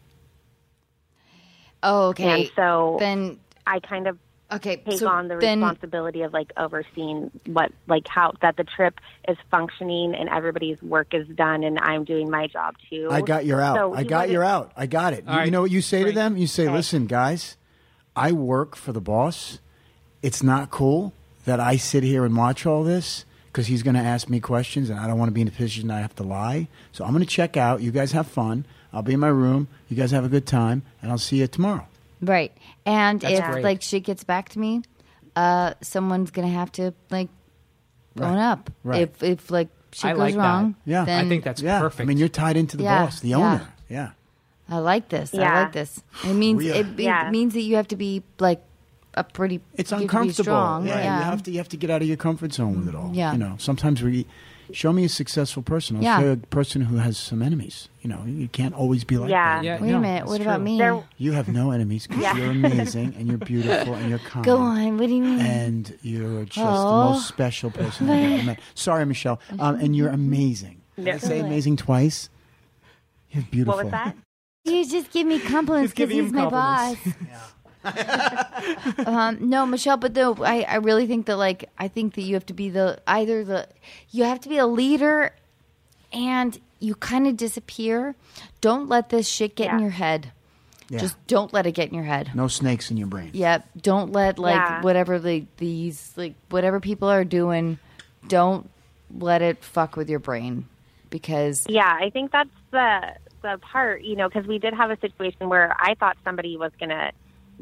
Speaker 1: Oh, okay.
Speaker 5: And so
Speaker 1: then
Speaker 5: I kind of
Speaker 1: Okay,
Speaker 5: take
Speaker 1: so
Speaker 5: on the
Speaker 1: then-
Speaker 5: responsibility of like overseeing what like how that the trip is functioning and everybody's work is done and I'm doing my job too.
Speaker 2: I got your out.
Speaker 5: So
Speaker 2: I
Speaker 5: he
Speaker 2: got
Speaker 5: wanted-
Speaker 2: your out. I got it. You, you
Speaker 3: right,
Speaker 2: know what you say
Speaker 3: great.
Speaker 2: to them? You say, listen, guys, I work for the boss. It's not cool that I sit here and watch all this because he's going to ask me questions and I don't want to be in a position I have to lie. So I'm going to check out. You guys have fun. I'll be in my room. You guys have a good time, and I'll see you tomorrow.
Speaker 1: Right. And if
Speaker 3: great.
Speaker 1: like shit gets back to me, uh, someone's gonna have to like own up.
Speaker 2: Right.
Speaker 1: If if like shit
Speaker 3: I
Speaker 1: goes
Speaker 3: like that.
Speaker 1: wrong.
Speaker 2: Yeah. I
Speaker 1: Then
Speaker 3: I think that's
Speaker 2: yeah,
Speaker 3: perfect.
Speaker 2: I mean, you're tied into the
Speaker 1: Yeah,
Speaker 2: boss, the
Speaker 1: yeah.
Speaker 2: owner. Yeah.
Speaker 1: I like this. I
Speaker 5: Yeah.
Speaker 1: like this. It means
Speaker 2: We are-
Speaker 1: it, it
Speaker 5: Yeah.
Speaker 1: means that you have to be like a pretty.
Speaker 2: It's
Speaker 1: you have to be
Speaker 2: uncomfortable.
Speaker 1: strong.
Speaker 2: Right.
Speaker 1: Yeah.
Speaker 2: You have to you have to get out of your comfort zone with it all.
Speaker 1: Yeah.
Speaker 2: You know, sometimes we show me a successful person. I'll
Speaker 1: Yeah.
Speaker 2: show you a person who has some enemies. You know, you can't always be like
Speaker 5: Yeah.
Speaker 2: that.
Speaker 3: Yeah.
Speaker 1: Wait
Speaker 3: No,
Speaker 1: a minute.
Speaker 3: that's
Speaker 1: What about
Speaker 3: true.
Speaker 1: me?
Speaker 5: There-
Speaker 2: You have no enemies because you're amazing and you're beautiful and you're kind.
Speaker 1: Go on. What do you mean?
Speaker 2: And you're just
Speaker 1: Oh.
Speaker 2: the most special person I've ever met. Sorry, Michelle. Um, and you're amazing. Did I say amazing twice? You're beautiful.
Speaker 5: what was that?
Speaker 1: You just give me compliments
Speaker 3: Just give
Speaker 1: because he's
Speaker 3: him
Speaker 1: my boss.
Speaker 3: compliments.
Speaker 1: um, no, Michelle, but no, I, I really think that like I think that you have to be the either the you have to be a leader, and you kind of disappear. Don't let this shit get in
Speaker 5: Yeah.
Speaker 1: your head.
Speaker 2: Yeah.
Speaker 1: Just don't let it get in your head.
Speaker 2: no snakes in your brain.
Speaker 1: Yep. Don't let like
Speaker 5: Yeah.
Speaker 1: whatever like these like whatever people are doing. Don't let it fuck with your brain because
Speaker 5: Yeah, I think that's the the part, you know, because we did have a situation where I thought somebody was going to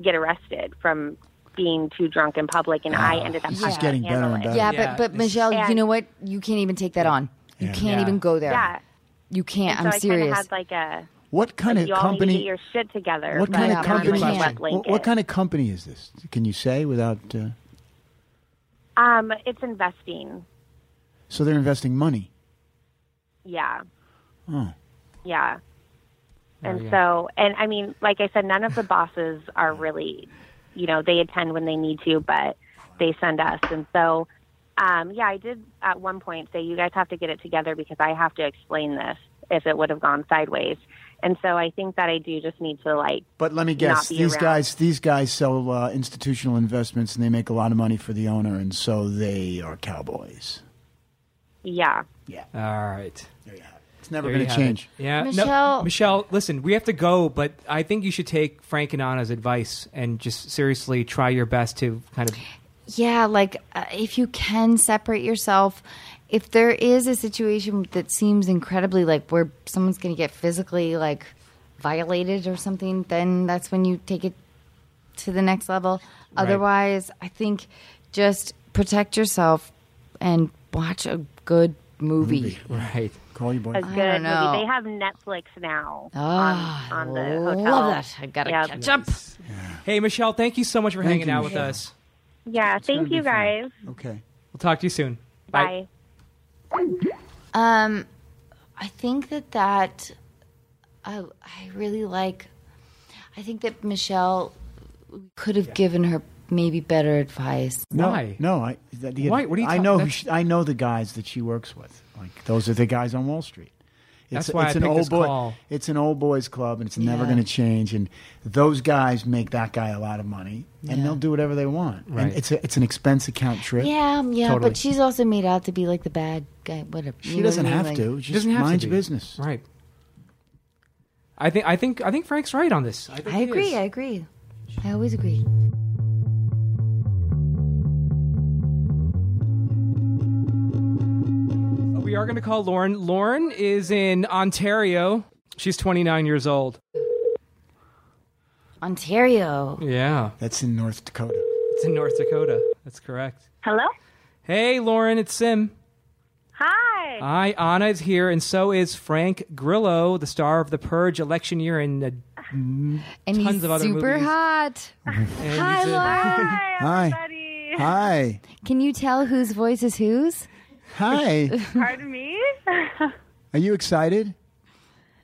Speaker 5: get arrested from being too drunk in public, and I ended up
Speaker 2: This
Speaker 5: having
Speaker 2: is
Speaker 5: to
Speaker 2: Ah, getting better
Speaker 5: handle
Speaker 2: and
Speaker 5: it.
Speaker 2: better.
Speaker 1: yeah,
Speaker 3: Yeah,
Speaker 1: but but
Speaker 3: it's-
Speaker 1: Michelle, you
Speaker 5: And-
Speaker 1: know what? You can't even take that on. You
Speaker 2: Yeah.
Speaker 1: can't
Speaker 3: Yeah.
Speaker 1: even go there.
Speaker 5: Yeah,
Speaker 1: You can't.
Speaker 5: so
Speaker 1: I'm
Speaker 5: I kind of
Speaker 1: serious.
Speaker 5: had like a
Speaker 2: What kind
Speaker 5: you
Speaker 2: of
Speaker 5: all
Speaker 2: company?
Speaker 5: need to get your shit together.
Speaker 2: What kind
Speaker 1: Right
Speaker 2: of
Speaker 1: on
Speaker 2: company?
Speaker 1: your
Speaker 2: What,
Speaker 1: hand.
Speaker 2: what kind of company is this? Can you say without? Uh,
Speaker 5: of? Um, it's investing.
Speaker 2: so they're investing money.
Speaker 5: Yeah,
Speaker 2: Oh,
Speaker 5: yeah. And
Speaker 3: yeah.
Speaker 5: so, and I mean, like I said, none of the bosses are really, you know, they attend when they need to, but they send us. And so, um, yeah, I did at one point say, you guys have to get it together because I have to explain this if it would have gone sideways. And so I think that I do just need to, like,
Speaker 2: but let me
Speaker 5: Not
Speaker 2: guess.
Speaker 5: be
Speaker 2: These
Speaker 5: around.
Speaker 2: guys, these guys sell uh, institutional investments, and they make a lot of money for the owner, and so they are cowboys.
Speaker 5: yeah.
Speaker 3: All right.
Speaker 2: It's never
Speaker 3: There
Speaker 2: going
Speaker 3: you
Speaker 2: to
Speaker 3: have
Speaker 2: change.
Speaker 3: it. Yeah, No,
Speaker 1: Michelle-
Speaker 3: Michelle, listen, we have to go, but I think you should take Frank and Anna's advice and just seriously try your best to kind of.
Speaker 1: Yeah, like uh, if you can separate yourself, if there is a situation that seems incredibly like where someone's going to get physically like violated or something, then that's when you take it to the next level. Otherwise, I think just protect yourself and watch a good movie.
Speaker 3: Right.
Speaker 2: Call your boy.
Speaker 5: A
Speaker 1: don't
Speaker 5: good
Speaker 1: know.
Speaker 5: movie. They have Netflix now
Speaker 1: Ah,
Speaker 5: on, on the
Speaker 1: I
Speaker 5: hotel.
Speaker 1: love that. I gotta
Speaker 5: Yep.
Speaker 1: catch up.
Speaker 3: Hey, Michelle, thank you so much for
Speaker 2: Thank
Speaker 3: hanging
Speaker 2: you,
Speaker 3: out with
Speaker 2: Michelle.
Speaker 3: us.
Speaker 5: Yeah. Thank you guys.
Speaker 2: Okay.
Speaker 3: We'll talk to you soon.
Speaker 5: Bye.
Speaker 1: Um, I think that that I I really like. I think that Michelle could have given her maybe better advice.
Speaker 2: No,
Speaker 3: Why?
Speaker 2: No, I. That, the,
Speaker 3: Why? What are you
Speaker 2: I
Speaker 3: talking-
Speaker 2: know. Who
Speaker 3: that's-
Speaker 2: she, I know the guys that she works with. Like those are the guys on Wall Street. It's,
Speaker 3: That's why
Speaker 2: it's
Speaker 3: I
Speaker 2: an
Speaker 3: picked
Speaker 2: old
Speaker 3: this
Speaker 2: boy.
Speaker 3: call.
Speaker 2: It's an old boys club, and it's never
Speaker 1: Yeah.
Speaker 2: going to change. And those guys make that guy a lot of money, and
Speaker 1: Yeah.
Speaker 2: they'll do whatever they want.
Speaker 3: Right.
Speaker 2: And it's a, it's an expense account trip.
Speaker 1: Yeah, um, yeah,
Speaker 3: Totally.
Speaker 1: but she's also made out to be like the bad guy. Whatever.
Speaker 2: She
Speaker 1: You know what I
Speaker 2: doesn't
Speaker 1: mean?
Speaker 2: have
Speaker 1: Like-
Speaker 2: to. Just
Speaker 3: doesn't have
Speaker 2: mind
Speaker 3: to
Speaker 2: your
Speaker 3: be.
Speaker 2: business.
Speaker 3: Right. I think I think I think Frank's right on this. I, think
Speaker 1: I
Speaker 3: he is.
Speaker 1: agree. I agree. I always agree.
Speaker 3: We are going to call Lauren. Lauren is in Ontario. She's 29 years old.
Speaker 1: Ontario.
Speaker 3: Yeah,
Speaker 2: That's in North Dakota.
Speaker 3: it's in North Dakota. That's correct.
Speaker 5: Hello.
Speaker 3: Hey, Lauren, it's Sim.
Speaker 5: Hi.
Speaker 3: Hi, Anna is here, and so is Frank Grillo, the star of The Purge election year. And uh,
Speaker 1: And
Speaker 3: Tons
Speaker 1: he's
Speaker 3: of other
Speaker 1: super
Speaker 3: movies.
Speaker 1: hot.
Speaker 3: and
Speaker 1: Hi,
Speaker 3: he's a-
Speaker 1: Lauren.
Speaker 2: Hi. Hi.
Speaker 1: Can you tell whose voice is whose?
Speaker 2: Hi.
Speaker 6: Pardon me?
Speaker 2: Are you excited?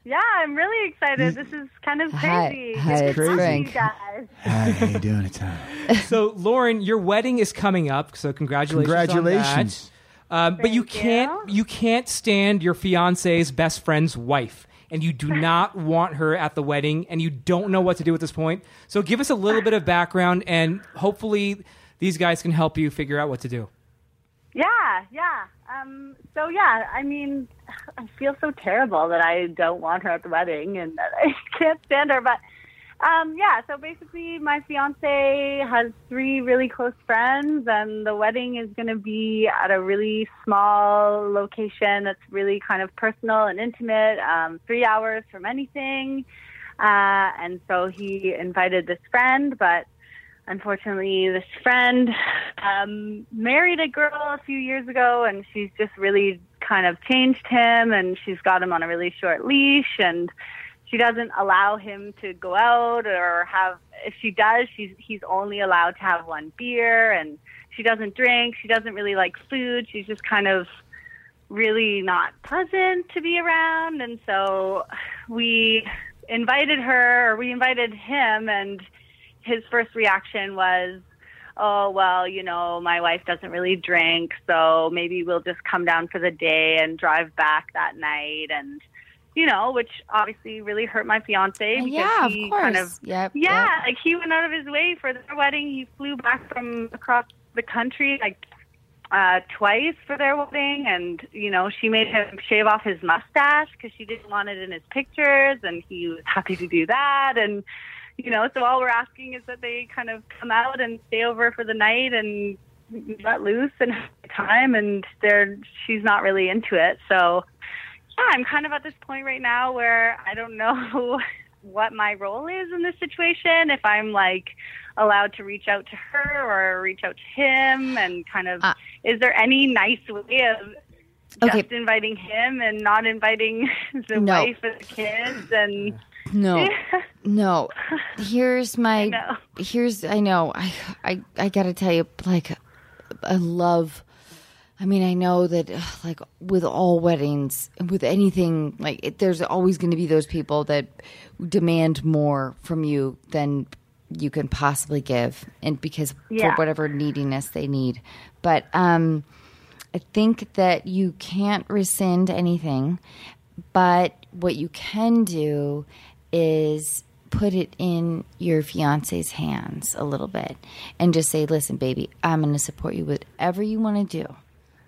Speaker 6: yeah, I'm really excited. This is kind of
Speaker 1: Hi,
Speaker 6: crazy.
Speaker 1: hi, it's
Speaker 2: crazy.
Speaker 1: Frank.
Speaker 6: Guys.
Speaker 2: Hi. How you doing? It's uh,
Speaker 3: so, Lauren, your wedding is coming up, so congratulations! on that.
Speaker 2: Congratulations.
Speaker 3: Um, but you can't you can't stand your fiance's best friend's wife. and you do not want her at the wedding, and you don't know what to do at this point. So give us a little bit of background, and hopefully these guys can help you figure out what to do.
Speaker 6: Yeah, yeah. Um, so yeah, I mean, I feel so terrible that I don't want her at the wedding and that I can't stand her. But um, yeah, so basically, my fiance has three really close friends, and the wedding is going to be at a really small location that's really kind of personal and intimate. Um, three hours from anything, uh, and so he invited this friend, but unfortunately, this friend um, married a girl a few years ago, and she's just really kind of changed him, and she's got him on a really short leash, and she doesn't allow him to go out or have. If she does, she's he's only allowed to have one beer, and she doesn't drink. She doesn't really like food. She's just kind of really not pleasant to be around. And so we invited her, or we invited him, and his first reaction was, Oh, well, you know, my wife doesn't really drink, so maybe we'll just come down for the day and drive back that night. And, you know, which obviously really hurt my fiance. Because
Speaker 1: Oh, yeah, of
Speaker 6: he
Speaker 1: course.
Speaker 6: Kind of,
Speaker 1: yep.
Speaker 6: yeah,
Speaker 1: yep.
Speaker 6: like he went out of his way for their wedding. He flew back from across the country like uh, twice for their wedding, and you know she made him shave off his mustache because she didn't want it in his pictures, and he was happy to do that. And you know, so all we're asking is that they kind of come out and stay over for the night and let loose and have a good time. And they're she's not really into it, so yeah, I'm kind of at this point right now where I don't know what my role is in this situation. If I'm like allowed to reach out to her or reach out to him, and kind of
Speaker 1: Uh,
Speaker 6: is there any nice way of
Speaker 1: Okay.
Speaker 6: just inviting him and not inviting the
Speaker 1: No.
Speaker 6: wife and the kids? And
Speaker 1: No, no. Here's my.
Speaker 6: know.
Speaker 1: Here's I know. I I I gotta tell you, like, I love. I mean, I know that, ugh, like, with all weddings, with anything, like, it, there's always going to be those people that demand more from you than you can possibly give, and because
Speaker 6: Yeah.
Speaker 1: for whatever neediness they need. But um, I think that you can't rescind anything, but what you can do is put it in your fiance's hands a little bit and just say, listen, baby, I'm going to support you whatever you want to do.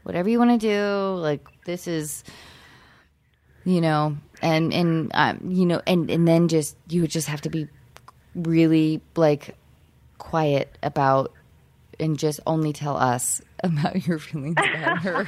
Speaker 1: Whatever you want to do, like this is, you know, and and um, you know, and and then just you would just have to be really like quiet about and just only tell us about your feelings about her.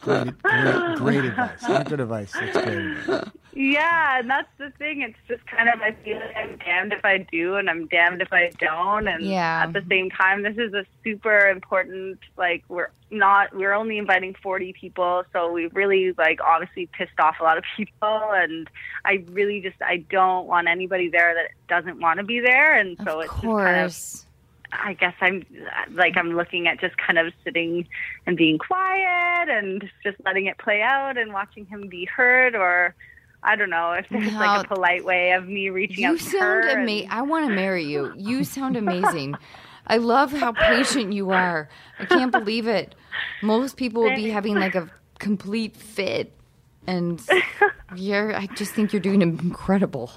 Speaker 2: Great, great, great advice. Not good advice. That's great advice.
Speaker 6: yeah, and that's the thing. It's just kind of I feel like I'm damned if I do, and I'm damned if I don't. And
Speaker 1: Yeah.
Speaker 6: at the same time, this is a super important. Like we're not we're only inviting 40 people, so we really like obviously pissed off a lot of people, and I really just I don't want anybody there that doesn't want to be there, and so
Speaker 1: of
Speaker 6: it's just kind of
Speaker 1: course.
Speaker 6: I guess I'm like I'm looking at just kind of sitting and being quiet and just letting it play out and watching him be heard or I don't know if there's
Speaker 1: Wow.
Speaker 6: like a polite way of me reaching
Speaker 1: You
Speaker 6: out to
Speaker 1: sound
Speaker 6: her. and-
Speaker 1: amazing. I want to marry you. You sound amazing. I love how patient you are. I can't believe it. Most people will be having like a complete fit, and you're. I just think you're doing incredible.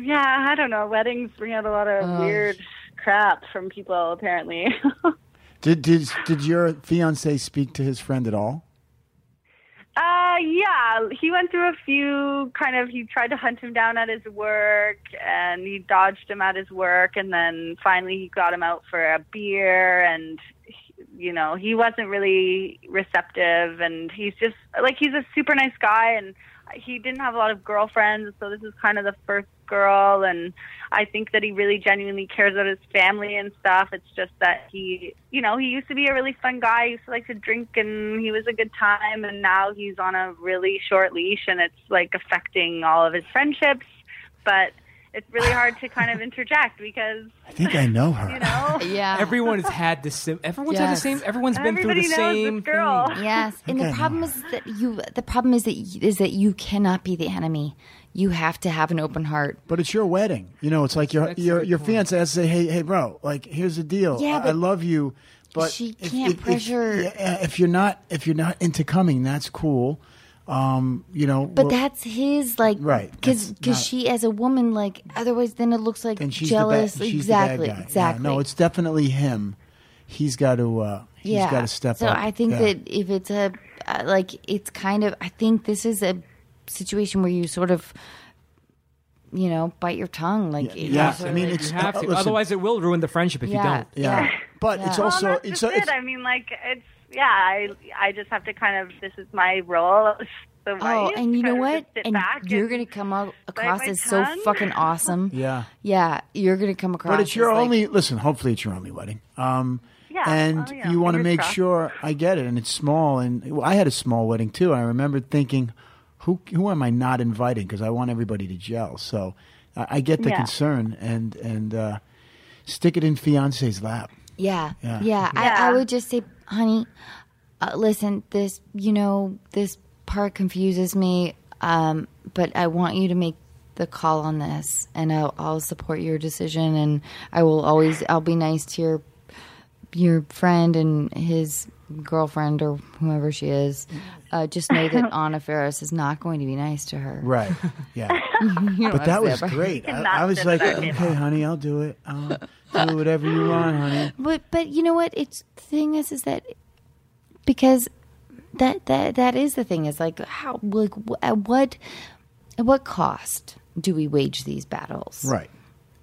Speaker 6: yeah, I don't know. Weddings bring out a lot of weird crap from people apparently.
Speaker 2: Did did did your fiance speak to his friend at all?
Speaker 6: Uh, yeah, he went through a few kind of. He tried to hunt him down at his work, and he dodged him at his work, and then finally he got him out for a beer, and you know he wasn't really receptive, and he's just like he's a super nice guy, and he didn't have a lot of girlfriends, so this is kind of the first girl, and I think that he really genuinely cares about his family and stuff. It's just that he, you know, he used to be a really fun guy. He used to like to drink, and he was a good time. And now he's on a really short leash, and it's like affecting all of his friendships. But it's really hard to kind of interject because
Speaker 2: I think I know her.
Speaker 6: you know,
Speaker 1: Yeah.
Speaker 3: Everyone has had the same. Everyone's had the
Speaker 1: Yes.
Speaker 3: same. Everyone's been through the
Speaker 6: everybody knows
Speaker 3: same.
Speaker 6: this girl.
Speaker 1: Yes, and the problem is that you. The problem is that y- is that you cannot be the enemy. You have to have an open heart.
Speaker 2: But it's your wedding. You know, it's like your
Speaker 3: That's a
Speaker 2: your
Speaker 3: good
Speaker 2: your
Speaker 3: point.
Speaker 2: fiance has to say, "Hey, hey, bro, like here's the deal. I-
Speaker 1: Yeah,
Speaker 2: I
Speaker 1: but
Speaker 2: love you, but
Speaker 1: she can't pressure-
Speaker 2: If, yeah, if you're not if you're not into coming, that's cool. Um, you know,
Speaker 1: But
Speaker 2: well,
Speaker 1: that's his like
Speaker 2: Right,
Speaker 1: because
Speaker 2: that's not-
Speaker 1: she as a woman like otherwise then it looks like
Speaker 2: and she's
Speaker 1: jealous
Speaker 2: The bad, she's the bad
Speaker 1: exactly
Speaker 2: guy. Yeah,
Speaker 1: exactly
Speaker 2: no, it's definitely him. He's got to. Uh, he's got to step
Speaker 1: so
Speaker 2: up.
Speaker 1: I think
Speaker 2: Yeah.
Speaker 1: that if it's a uh, like it's kind of I think this is a situation where you sort of you know bite your tongue like
Speaker 2: Yeah,
Speaker 1: you
Speaker 2: yeah.
Speaker 1: sort
Speaker 2: I
Speaker 1: of,
Speaker 2: mean,
Speaker 1: like-
Speaker 2: it's-
Speaker 3: You have to.
Speaker 2: uh, listen.
Speaker 3: Otherwise, it will ruin the friendship if you
Speaker 1: yeah,
Speaker 3: don't.
Speaker 2: Yeah. But it's
Speaker 1: Yeah.
Speaker 6: Well,
Speaker 2: also
Speaker 6: that's
Speaker 2: it's,
Speaker 6: just
Speaker 2: it's
Speaker 6: it. I mean, like it's yeah. I I just have to kind of. This is my role. as The
Speaker 1: Oh,
Speaker 6: wife,
Speaker 1: and you know
Speaker 6: kind of just
Speaker 1: what?
Speaker 6: sit
Speaker 1: And
Speaker 6: back
Speaker 1: you're
Speaker 6: and-
Speaker 1: gonna come out across
Speaker 6: my
Speaker 1: as so
Speaker 6: tongue.
Speaker 1: fucking awesome.
Speaker 2: Yeah.
Speaker 1: yeah, you're gonna come across.
Speaker 2: But it's your
Speaker 1: as, like-
Speaker 2: only. Listen, hopefully it's your only wedding. Um,
Speaker 6: Yeah,
Speaker 2: and
Speaker 6: oh, yeah,
Speaker 2: you want to
Speaker 6: fingers
Speaker 2: make
Speaker 6: crossed.
Speaker 2: sure I get it, and it's small. And well, I had a small wedding too. I remember thinking, who who am I not inviting? Because I want everybody to gel. So I, I get the
Speaker 6: Yeah.
Speaker 2: concern, and and uh, stick it in fiance's lap.
Speaker 1: Yeah,
Speaker 2: Yeah.
Speaker 1: yeah. I, I would just say, honey, uh, listen, this, you know, this part confuses me, um, but I want you to make the call on this, and I'll, I'll support your decision, and I will always, I'll be nice to your your friend and his girlfriend or whomever she is. Uh, just know that Anna Ferris is not going to be nice to her.
Speaker 2: Right. Yeah.
Speaker 1: You know
Speaker 2: but
Speaker 1: what
Speaker 2: that
Speaker 1: I'm
Speaker 2: was
Speaker 1: saying?
Speaker 2: great.
Speaker 6: Cannot
Speaker 2: I, I was
Speaker 6: sit
Speaker 2: like,
Speaker 6: at our table.
Speaker 2: okay, honey, I'll do it. I'll do whatever you want, honey.
Speaker 1: But but you know what? It's the thing is is that because that that that is the thing is like how like wh- at what at what cost do we wage these battles?
Speaker 2: Right.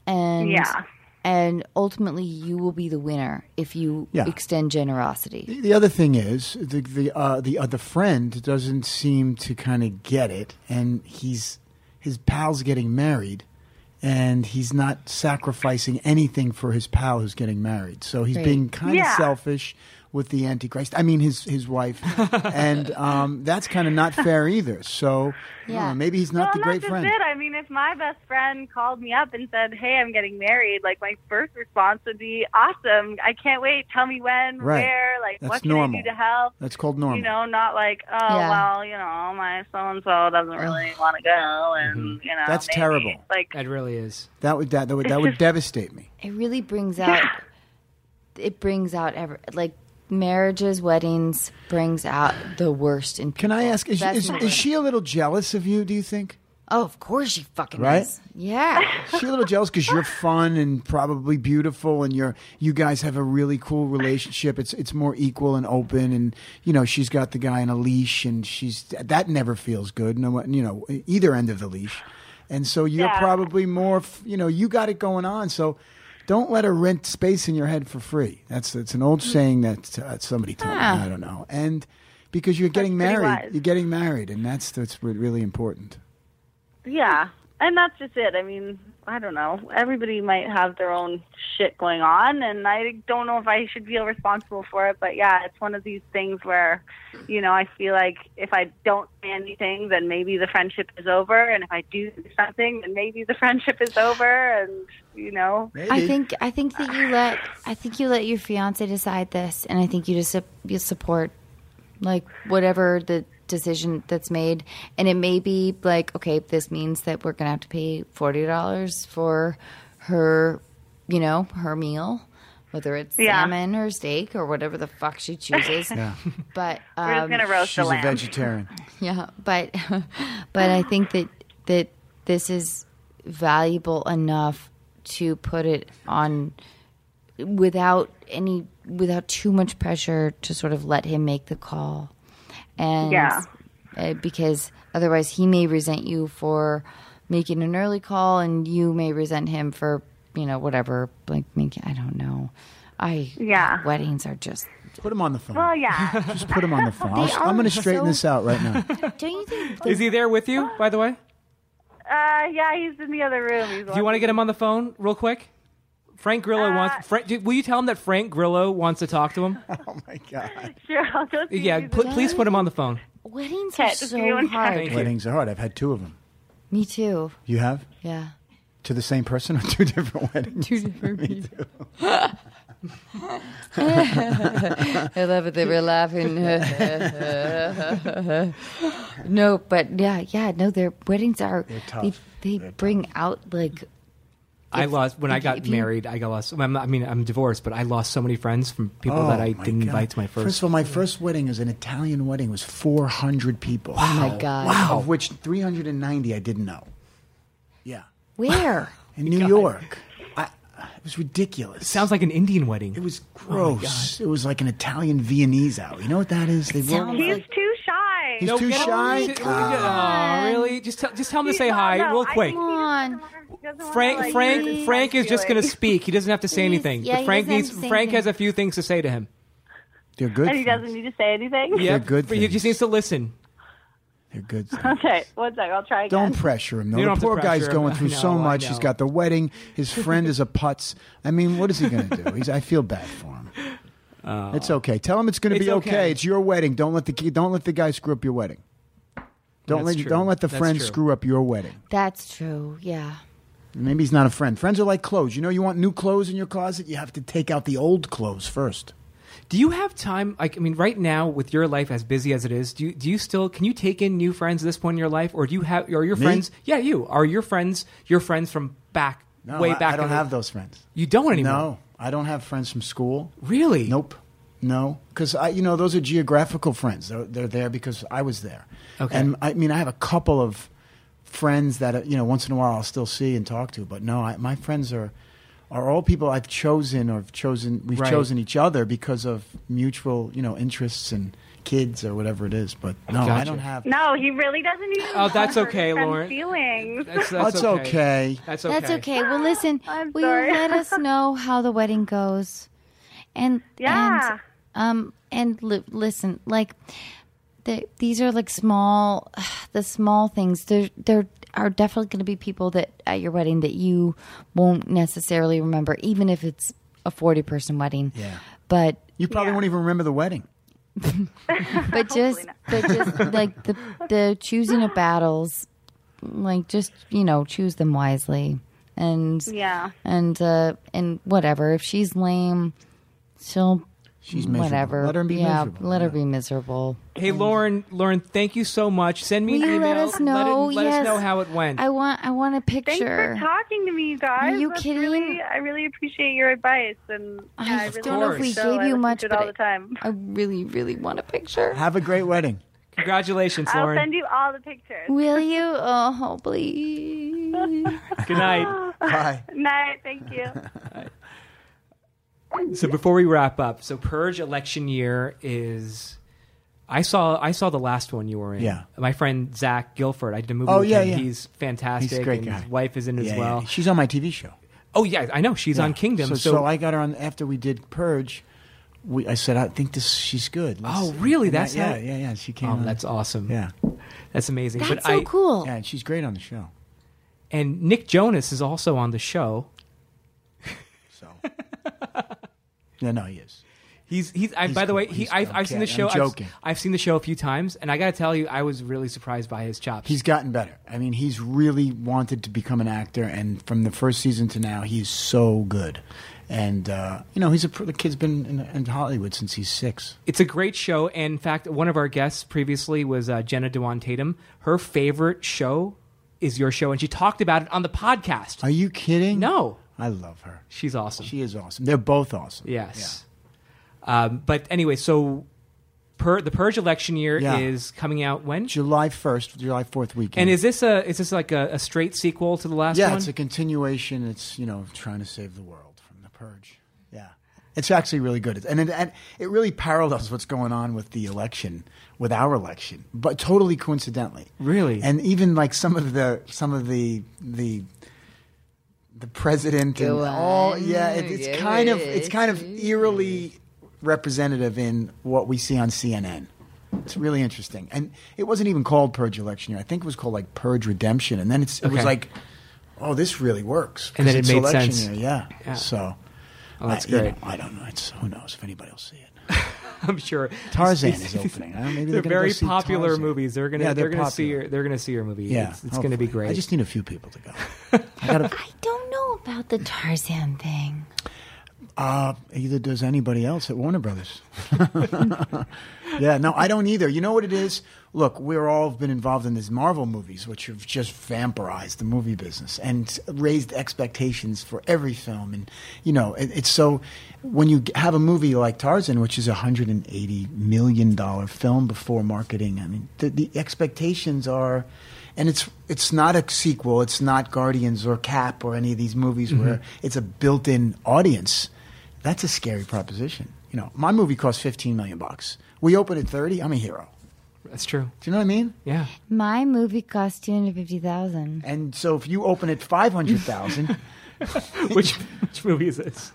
Speaker 1: And
Speaker 6: Yeah.
Speaker 1: And ultimately, you will be the winner if you
Speaker 2: Yeah.
Speaker 1: extend generosity.
Speaker 2: The other thing is the the uh, the other friend doesn't seem to kind of get it, and he's his pal's getting married, and he's not sacrificing anything for his pal who's getting married. So he's
Speaker 1: Right.
Speaker 2: being kind of
Speaker 6: Yeah.
Speaker 2: selfish with the antichrist. I mean his his wife, and um, that's kind of not fair either. So you
Speaker 1: Yeah.
Speaker 2: know, maybe he's
Speaker 6: Well,
Speaker 2: not the
Speaker 6: and
Speaker 2: great
Speaker 6: that's
Speaker 2: friend.
Speaker 6: just it. I mean, if my best friend called me up and said, "Hey, I'm getting married," like my first response would be, "Awesome! I can't wait. Tell me when,
Speaker 2: Right.
Speaker 6: where, like
Speaker 2: That's
Speaker 6: what can
Speaker 2: normal.
Speaker 6: I do to help?"
Speaker 2: That's called normal.
Speaker 6: You know, not like, "Oh,
Speaker 1: Yeah.
Speaker 6: well, you know, my so and so doesn't really want to go," and you know,
Speaker 2: Mm-hmm. That's
Speaker 6: maybe,
Speaker 2: terrible.
Speaker 6: Like,
Speaker 3: It really is.
Speaker 2: that would that, that would that would devastate me.
Speaker 1: It really brings out. It brings out every like marriages, weddings brings out the worst in people.
Speaker 2: Can I ask? Is,
Speaker 1: That's
Speaker 2: is,
Speaker 1: my-
Speaker 2: is she a little jealous of you? Do you think?
Speaker 1: Oh, of course she fucking
Speaker 2: Right?
Speaker 1: is. Yeah.
Speaker 2: Is she a little jealous because you're fun and probably beautiful, and you're you guys have a really cool relationship. It's it's more equal and open, and you know she's got the guy on a leash, and she's that never feels good. No, one- you know either end of the leash, and so you're
Speaker 6: Yeah.
Speaker 2: probably more. f- You know you got it going on, so. Don't let her rent space in your head for free. That's it's an old saying that uh, somebody told me. I don't know, and because you're getting
Speaker 6: Ah. pretty
Speaker 2: married,
Speaker 6: wise.
Speaker 2: you're getting married, and that's that's re- really important.
Speaker 6: yeah, and that's just it. I mean, I don't know. Everybody might have their own shit going on, and I don't know if I should feel responsible for it. But yeah, it's one of these things where, you know, I feel like if I don't say anything, then maybe the friendship is over, and if I do something, then maybe the friendship is over, and you know,
Speaker 1: I think I think that you let I think you let your fiance decide this, and I think you just sup- you support like whatever the decision that's made, and it may be like okay, this means that we're gonna have to pay forty dollars for her, you know, her meal, whether it's
Speaker 6: Yeah.
Speaker 1: salmon or steak or whatever the fuck she chooses. But um,
Speaker 6: we're just gonna roast
Speaker 2: She's a
Speaker 6: the lamb.
Speaker 2: vegetarian.
Speaker 1: yeah, but but I think that that this is valuable enough to put it on without any without too much pressure to sort of let him make the call and
Speaker 6: Yeah.
Speaker 1: uh, because otherwise he may resent you for making an early call and you may resent him for you know whatever like making i don't know i
Speaker 6: Yeah.
Speaker 1: weddings are just
Speaker 2: Put him on the phone.
Speaker 6: Well, Oh, yeah.
Speaker 2: Just put him on the phone. I'll,
Speaker 1: They
Speaker 2: I'm
Speaker 1: are
Speaker 2: going to straighten
Speaker 1: so-
Speaker 2: this out right now.
Speaker 1: don't you think
Speaker 6: Oh.
Speaker 3: Is he there with you, by the way?
Speaker 6: Uh, yeah, he's in the other room. He's
Speaker 3: Do you want to get him on the phone real quick? Frank Grillo
Speaker 1: Uh,
Speaker 3: wants. Frank, do- will you tell him that Frank Grillo wants to talk to him?
Speaker 2: Oh my god,
Speaker 6: Sure, I'll go see
Speaker 3: yeah,
Speaker 6: if he's
Speaker 3: pl- please put him on the phone.
Speaker 1: weddings
Speaker 6: Okay,
Speaker 1: are
Speaker 6: just give me
Speaker 1: so
Speaker 6: one
Speaker 1: hard
Speaker 3: Thank you.
Speaker 2: weddings are hard. I've had two of them.
Speaker 1: me too
Speaker 2: You have
Speaker 1: yeah
Speaker 2: to the same person or two different weddings?
Speaker 1: two different people. I love it. They were laughing. no, but yeah, yeah, no. Their weddings are
Speaker 2: tough.
Speaker 1: they they bring out like
Speaker 3: I lost when I got
Speaker 1: if you-
Speaker 3: married. I got lost. I'm not- i mean, I'm divorced, but I lost so many friends from people
Speaker 2: Oh,
Speaker 3: that I
Speaker 2: my
Speaker 3: didn't
Speaker 2: God.
Speaker 3: invite to my first.
Speaker 2: First of all, my first wedding is an Italian wedding. It was 400 people.
Speaker 1: oh my god.
Speaker 2: Wow. Of which 390 I didn't know. Yeah.
Speaker 1: Where?
Speaker 2: In New York. I, it was ridiculous.
Speaker 3: sounds Oh like an Indian wedding.
Speaker 2: It was gross. it was like an Italian Viennese hour. You know what that is? They
Speaker 1: sounds
Speaker 2: roll-
Speaker 1: like-
Speaker 6: He's too shy.
Speaker 2: He's too shy.
Speaker 3: Oh, really? Just tell, just tell him to
Speaker 6: He's
Speaker 3: say
Speaker 6: not-
Speaker 3: hi
Speaker 6: no,
Speaker 3: real
Speaker 6: I
Speaker 3: quick.
Speaker 6: think he
Speaker 1: Come
Speaker 6: doesn't wanna- doesn't wanna,
Speaker 3: Frank
Speaker 6: like,
Speaker 3: Frank
Speaker 6: hurt his
Speaker 3: Frank is just going to
Speaker 6: feelings.
Speaker 3: speak. He doesn't have to say anything.
Speaker 1: yeah,
Speaker 3: but
Speaker 1: he
Speaker 3: Frank
Speaker 1: doesn't have
Speaker 3: needs
Speaker 1: to say
Speaker 3: Frank has
Speaker 1: anything.
Speaker 3: a few things to say to him.
Speaker 2: They're good.
Speaker 6: And he
Speaker 2: things.
Speaker 6: doesn't need to say anything.
Speaker 3: Yeah,
Speaker 2: good
Speaker 3: He just
Speaker 2: things.
Speaker 3: needs to listen.
Speaker 2: They're good. things.
Speaker 6: Okay, one sec. I'll try again.
Speaker 2: Don't pressure him. Though.
Speaker 3: You don't
Speaker 2: the
Speaker 3: have to
Speaker 2: poor guy's
Speaker 3: pressure him.
Speaker 2: going through
Speaker 3: I
Speaker 2: so
Speaker 3: know, I
Speaker 2: much. He's
Speaker 3: know.
Speaker 2: got the wedding. His friend is a putz. I mean, what is he going to do? He's, I feel bad for him. it's okay. Tell him it's going to
Speaker 3: Uh, It's
Speaker 2: be okay.
Speaker 3: okay.
Speaker 2: It's your wedding. Don't let the kid- don't let the guy screw up your wedding. Don't
Speaker 3: That's
Speaker 2: let
Speaker 3: true.
Speaker 2: don't let the
Speaker 3: That's
Speaker 2: friend
Speaker 3: true.
Speaker 2: screw up your wedding.
Speaker 1: That's true. Yeah.
Speaker 2: Maybe he's not a friend. Friends are like clothes. You know, you want new clothes in your closet. You have to take out the old clothes first.
Speaker 3: Do you have time? Like, I mean, right now with your life as busy as it is, do you, do you still can you take in new friends at this point in your life, or do you have are your
Speaker 2: Me?
Speaker 3: friends? Yeah, you are your friends. Your friends from back
Speaker 2: No,
Speaker 3: way
Speaker 2: I,
Speaker 3: back.
Speaker 2: I
Speaker 3: in
Speaker 2: don't
Speaker 3: the-
Speaker 2: have those friends.
Speaker 3: You don't anymore.
Speaker 2: No, I don't have friends from school.
Speaker 3: Really?
Speaker 2: Nope. No, because I, you know, those are geographical friends. They're, they're there because I was there.
Speaker 3: Okay.
Speaker 2: And I mean, I have a couple of friends that uh, you know once in a while I'll still see and talk to, but no, I, my friends are are all people I've chosen or have chosen. We've
Speaker 3: Right.
Speaker 2: chosen each other because of mutual, you know, interests and kids or whatever it is. But no, I
Speaker 3: Gotcha.
Speaker 2: don't have.
Speaker 6: No, he really doesn't even.
Speaker 3: Oh, that's
Speaker 6: hurt his
Speaker 3: okay,
Speaker 6: friend's
Speaker 3: Lauren.
Speaker 6: Feelings.
Speaker 3: That's,
Speaker 2: That's okay.
Speaker 3: That's okay.
Speaker 1: That's okay. Well, listen.
Speaker 6: I'm
Speaker 1: will you
Speaker 6: sorry.
Speaker 1: let us know how the wedding goes? And
Speaker 6: Yeah.
Speaker 1: And, um. And li- listen, like, the, these are like small, the small things. There, there are definitely going to be people that at your wedding that you won't necessarily remember, even if it's a forty-person wedding.
Speaker 2: Yeah.
Speaker 1: But
Speaker 2: You probably won't even remember the wedding.
Speaker 1: but just but just like the the choosing of battles like just you know choose them wisely and
Speaker 6: Yeah.
Speaker 1: and uh and whatever if she's lame she'll
Speaker 2: She's miserable.
Speaker 1: whatever
Speaker 2: Let her be
Speaker 1: yeah
Speaker 2: miserable.
Speaker 1: let her
Speaker 2: Yeah.
Speaker 1: be miserable
Speaker 3: Hey, Lauren, Lauren, thank you so much. Send me
Speaker 1: Will
Speaker 3: an
Speaker 1: you
Speaker 3: email.
Speaker 1: let us know
Speaker 3: Let, it- let
Speaker 1: yes
Speaker 3: us know how it went.
Speaker 1: i want i want a
Speaker 6: Thanks
Speaker 1: picture
Speaker 6: for talking to me, you guys.
Speaker 1: Are you
Speaker 6: That's
Speaker 1: kidding?
Speaker 6: Really, I really appreciate your advice, and yeah,
Speaker 1: I
Speaker 6: really
Speaker 1: don't know if we
Speaker 6: appreciate
Speaker 1: gave
Speaker 6: it. I
Speaker 1: you
Speaker 6: listen
Speaker 1: much,
Speaker 6: to it
Speaker 1: but
Speaker 6: all
Speaker 1: I-
Speaker 6: the time.
Speaker 1: i really really want a picture
Speaker 2: Have a great wedding.
Speaker 3: Congratulations,
Speaker 6: I'll
Speaker 3: Lauren.
Speaker 6: send you all the pictures.
Speaker 1: will you oh please
Speaker 3: Good night.
Speaker 2: Bye.
Speaker 6: Night. Thank you.
Speaker 3: So before we wrap up, so purge election year is. I saw I saw the last one you were in.
Speaker 2: Yeah.
Speaker 3: My friend Zach Guilford. I did a movie
Speaker 2: Oh,
Speaker 3: with
Speaker 2: yeah,
Speaker 3: him.
Speaker 2: yeah.
Speaker 3: He's fantastic.
Speaker 2: He's a great
Speaker 3: and
Speaker 2: guy.
Speaker 3: His wife is in
Speaker 2: Yeah,
Speaker 3: as
Speaker 2: yeah.
Speaker 3: well.
Speaker 2: She's on my TV show.
Speaker 3: Oh yeah, I know. She's
Speaker 2: Yeah.
Speaker 3: on Kingdom.
Speaker 2: So,
Speaker 3: So,
Speaker 2: so, I got her on after we did Purge. We, I said, I think this she's good. Let's-
Speaker 3: Oh, really?
Speaker 2: and I-
Speaker 3: That's
Speaker 2: yeah,
Speaker 3: how-
Speaker 2: yeah, yeah. She came.
Speaker 3: Oh,
Speaker 2: on.
Speaker 3: that's awesome.
Speaker 2: Yeah,
Speaker 3: That's amazing.
Speaker 1: that's
Speaker 3: but
Speaker 1: so
Speaker 3: I,
Speaker 1: cool
Speaker 2: yeah, and she's great on the show.
Speaker 3: And Nick Jonas is also on the show.
Speaker 2: So, yeah, no, he is.
Speaker 3: He's he's. I,
Speaker 2: He's
Speaker 3: by the
Speaker 2: cool.
Speaker 3: way, he,
Speaker 2: He's
Speaker 3: I've,
Speaker 2: cool.
Speaker 3: I've seen
Speaker 2: Okay,
Speaker 3: the show.
Speaker 2: I'm
Speaker 3: I've-
Speaker 2: joking.
Speaker 3: I've, seen the show a few times, and I got to tell you, I was really surprised by his chops.
Speaker 2: He's gotten better. I mean, he's really wanted to become an actor, and from the first season to now, he's so good. And uh, you know, he's a pr- the kid's been in, in Hollywood since he's six.
Speaker 3: it's a great show. And in fact, one of our guests previously was uh, Jenna Dewan Tatum. Her favorite show is your show, and she talked about it on the podcast.
Speaker 2: Are you kidding?
Speaker 3: No.
Speaker 2: I love her.
Speaker 3: She's awesome.
Speaker 2: She is awesome. They're both awesome.
Speaker 3: yes. Um, but anyway, so per, the purge election year
Speaker 2: Yeah.
Speaker 3: is coming out when?
Speaker 2: July first, July fourth weekend.
Speaker 3: And is this a is this like a, a straight sequel to the last
Speaker 2: yeah,
Speaker 3: one?
Speaker 2: it's a continuation. It's you know trying to save the world from the purge. Yeah, It's actually really good, and it, and it really parallels what's going on with the election, with our election, but totally coincidentally.
Speaker 3: Really?
Speaker 2: and even like some of the some of the the the president and
Speaker 1: Go
Speaker 2: all.
Speaker 1: on.
Speaker 2: Yeah, it, it's kind of it's kind of eerily representative in what we see on CNN. It's really interesting, and it wasn't even called Purge Election Year. I think it was called like Purge Redemption, and then it's, it was
Speaker 3: Okay.
Speaker 2: like, oh, this really works.
Speaker 3: And then
Speaker 2: 'cause
Speaker 3: it
Speaker 2: it's
Speaker 3: made
Speaker 2: election
Speaker 3: sense.
Speaker 2: Year. Yeah. So.
Speaker 3: Oh, that's
Speaker 2: I, you know,
Speaker 3: great.
Speaker 2: I don't know. It's, who knows if anybody will see it.
Speaker 3: I'm sure
Speaker 2: Tarzan is opening. I don't- maybe
Speaker 3: they're,
Speaker 2: they're gonna go
Speaker 3: very
Speaker 2: see
Speaker 3: popular
Speaker 2: Tarzan.
Speaker 3: movies. They're gonna
Speaker 2: Yeah,
Speaker 3: they're,
Speaker 2: they're
Speaker 3: gonna see
Speaker 2: popular.
Speaker 3: your they're gonna see your movie.
Speaker 2: Yeah,
Speaker 3: it's, it's gonna be
Speaker 2: hopefully.
Speaker 3: great.
Speaker 2: I just need a few people to go. I gotta,
Speaker 1: I don't know about the Tarzan thing.
Speaker 2: Uh, either does anybody else at Warner Brothers. yeah, no, I don't either. You know what it is? Look, we're all been involved in these Marvel movies, which have just vampirized the movie business and raised expectations for every film. And you know, it, it's so when you have a movie like Tarzan, which is a hundred and eighty million dollar film before marketing. I mean, the, the expectations are. And it's it's not a sequel. It's not Guardians or Cap or any of these movies where it's a built-in audience. That's a scary proposition. You know, my movie cost 15 million bucks. We open at 30, I'm a hero.
Speaker 3: That's true.
Speaker 2: Do you know what I mean?
Speaker 3: Yeah.
Speaker 1: My movie cost two hundred fifty thousand.
Speaker 2: And so if you open at 500,000,
Speaker 3: which which movie is this?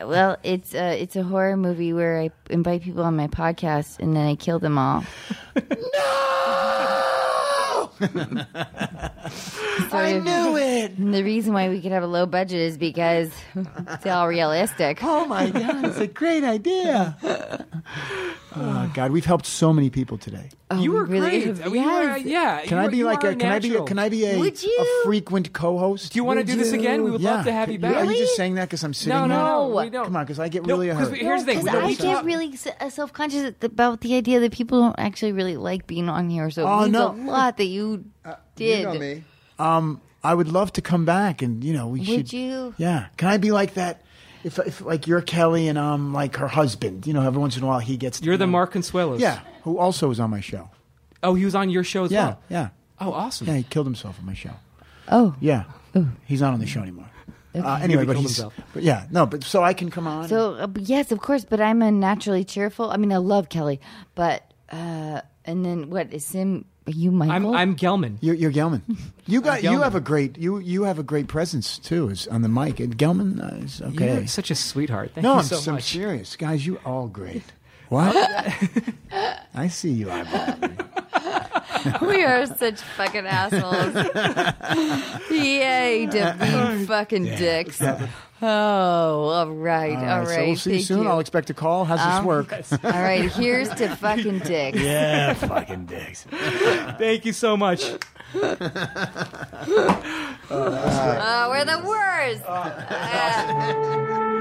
Speaker 1: Well, it's a it's a horror movie where I invite people on my podcast and then I kill them all.
Speaker 2: no!
Speaker 1: Sort
Speaker 2: I
Speaker 1: of-
Speaker 2: knew it.
Speaker 1: And the reason why we could have a low budget is because it's all realistic.
Speaker 2: Oh my God, it's a great idea. Oh God, we've helped so many people today.
Speaker 3: you
Speaker 1: Oh, we
Speaker 3: were
Speaker 1: really
Speaker 3: great.
Speaker 1: have-
Speaker 3: You were-
Speaker 1: yes.
Speaker 3: yeah.
Speaker 2: Can I be like a, can I be a, can I be a,
Speaker 1: Would
Speaker 2: a
Speaker 1: you?
Speaker 2: frequent co-host?
Speaker 3: Do you wanna do this again? We would love to have you back.
Speaker 2: Are you
Speaker 1: Really?
Speaker 2: just saying that because I'm sitting
Speaker 3: No, no,
Speaker 1: No.
Speaker 3: no. We don't.
Speaker 2: Come on, 'cause I get
Speaker 3: No,
Speaker 2: really
Speaker 3: 'cause
Speaker 2: hurt.
Speaker 3: Here's the thing.
Speaker 1: Because
Speaker 3: we don't
Speaker 1: I
Speaker 3: stop.
Speaker 1: get really s- uh, self-conscious at- about the idea that people don't actually really like being on here. So
Speaker 2: Oh,
Speaker 1: it means
Speaker 2: no.
Speaker 1: a lot that you did.
Speaker 2: Um, I would love to come back, and you know, we
Speaker 1: Would
Speaker 2: should.
Speaker 1: you?
Speaker 2: Yeah. Can I be like that? If, if like you're Kelly and I'm like her husband, you know, every once in a while he gets. to
Speaker 3: You're
Speaker 2: be
Speaker 3: the
Speaker 2: on-
Speaker 3: Mark Consuelos.
Speaker 2: Yeah, who also was on my show.
Speaker 3: Oh, he was on your show as
Speaker 2: Yeah,
Speaker 3: well.
Speaker 2: yeah,
Speaker 3: Oh, awesome.
Speaker 2: yeah. He killed himself on my show.
Speaker 1: Oh,
Speaker 2: Yeah, he's not on the show anymore. Uh,
Speaker 3: Maybe
Speaker 2: anyway,
Speaker 3: he
Speaker 2: but
Speaker 3: killed
Speaker 2: he's.
Speaker 3: himself.
Speaker 2: But yeah, no, but so I can come on.
Speaker 1: So uh, b- yes, of course, but I'm a naturally cheerful. I mean, I love Kelly, but uh, and then what is Sim? Are you
Speaker 3: I'm
Speaker 1: Michael?
Speaker 3: I'm Gelman.
Speaker 2: you're, you're Gelman. You got. You
Speaker 3: Gelman.
Speaker 2: have a great. You you have a great presence too. Is on the mic. And Gelman uh, is okay.
Speaker 3: You're such a sweetheart. Thank
Speaker 2: no,
Speaker 3: you
Speaker 2: I'm,
Speaker 3: so
Speaker 2: I'm
Speaker 3: much.
Speaker 2: serious, guys. You all great. What? I see you. eyeballing me.
Speaker 1: we are such fucking assholes. Yay to being fucking dicks. Oh, all right, all right.
Speaker 2: All right, so we'll see you
Speaker 1: thank
Speaker 2: soon.
Speaker 1: you.
Speaker 2: I'll expect a call. How's
Speaker 1: Um,
Speaker 2: this work?
Speaker 1: All right, here's to fucking dicks.
Speaker 2: Yeah, fucking dicks.
Speaker 3: Thank you so much.
Speaker 1: Uh, Oh, we're the worst.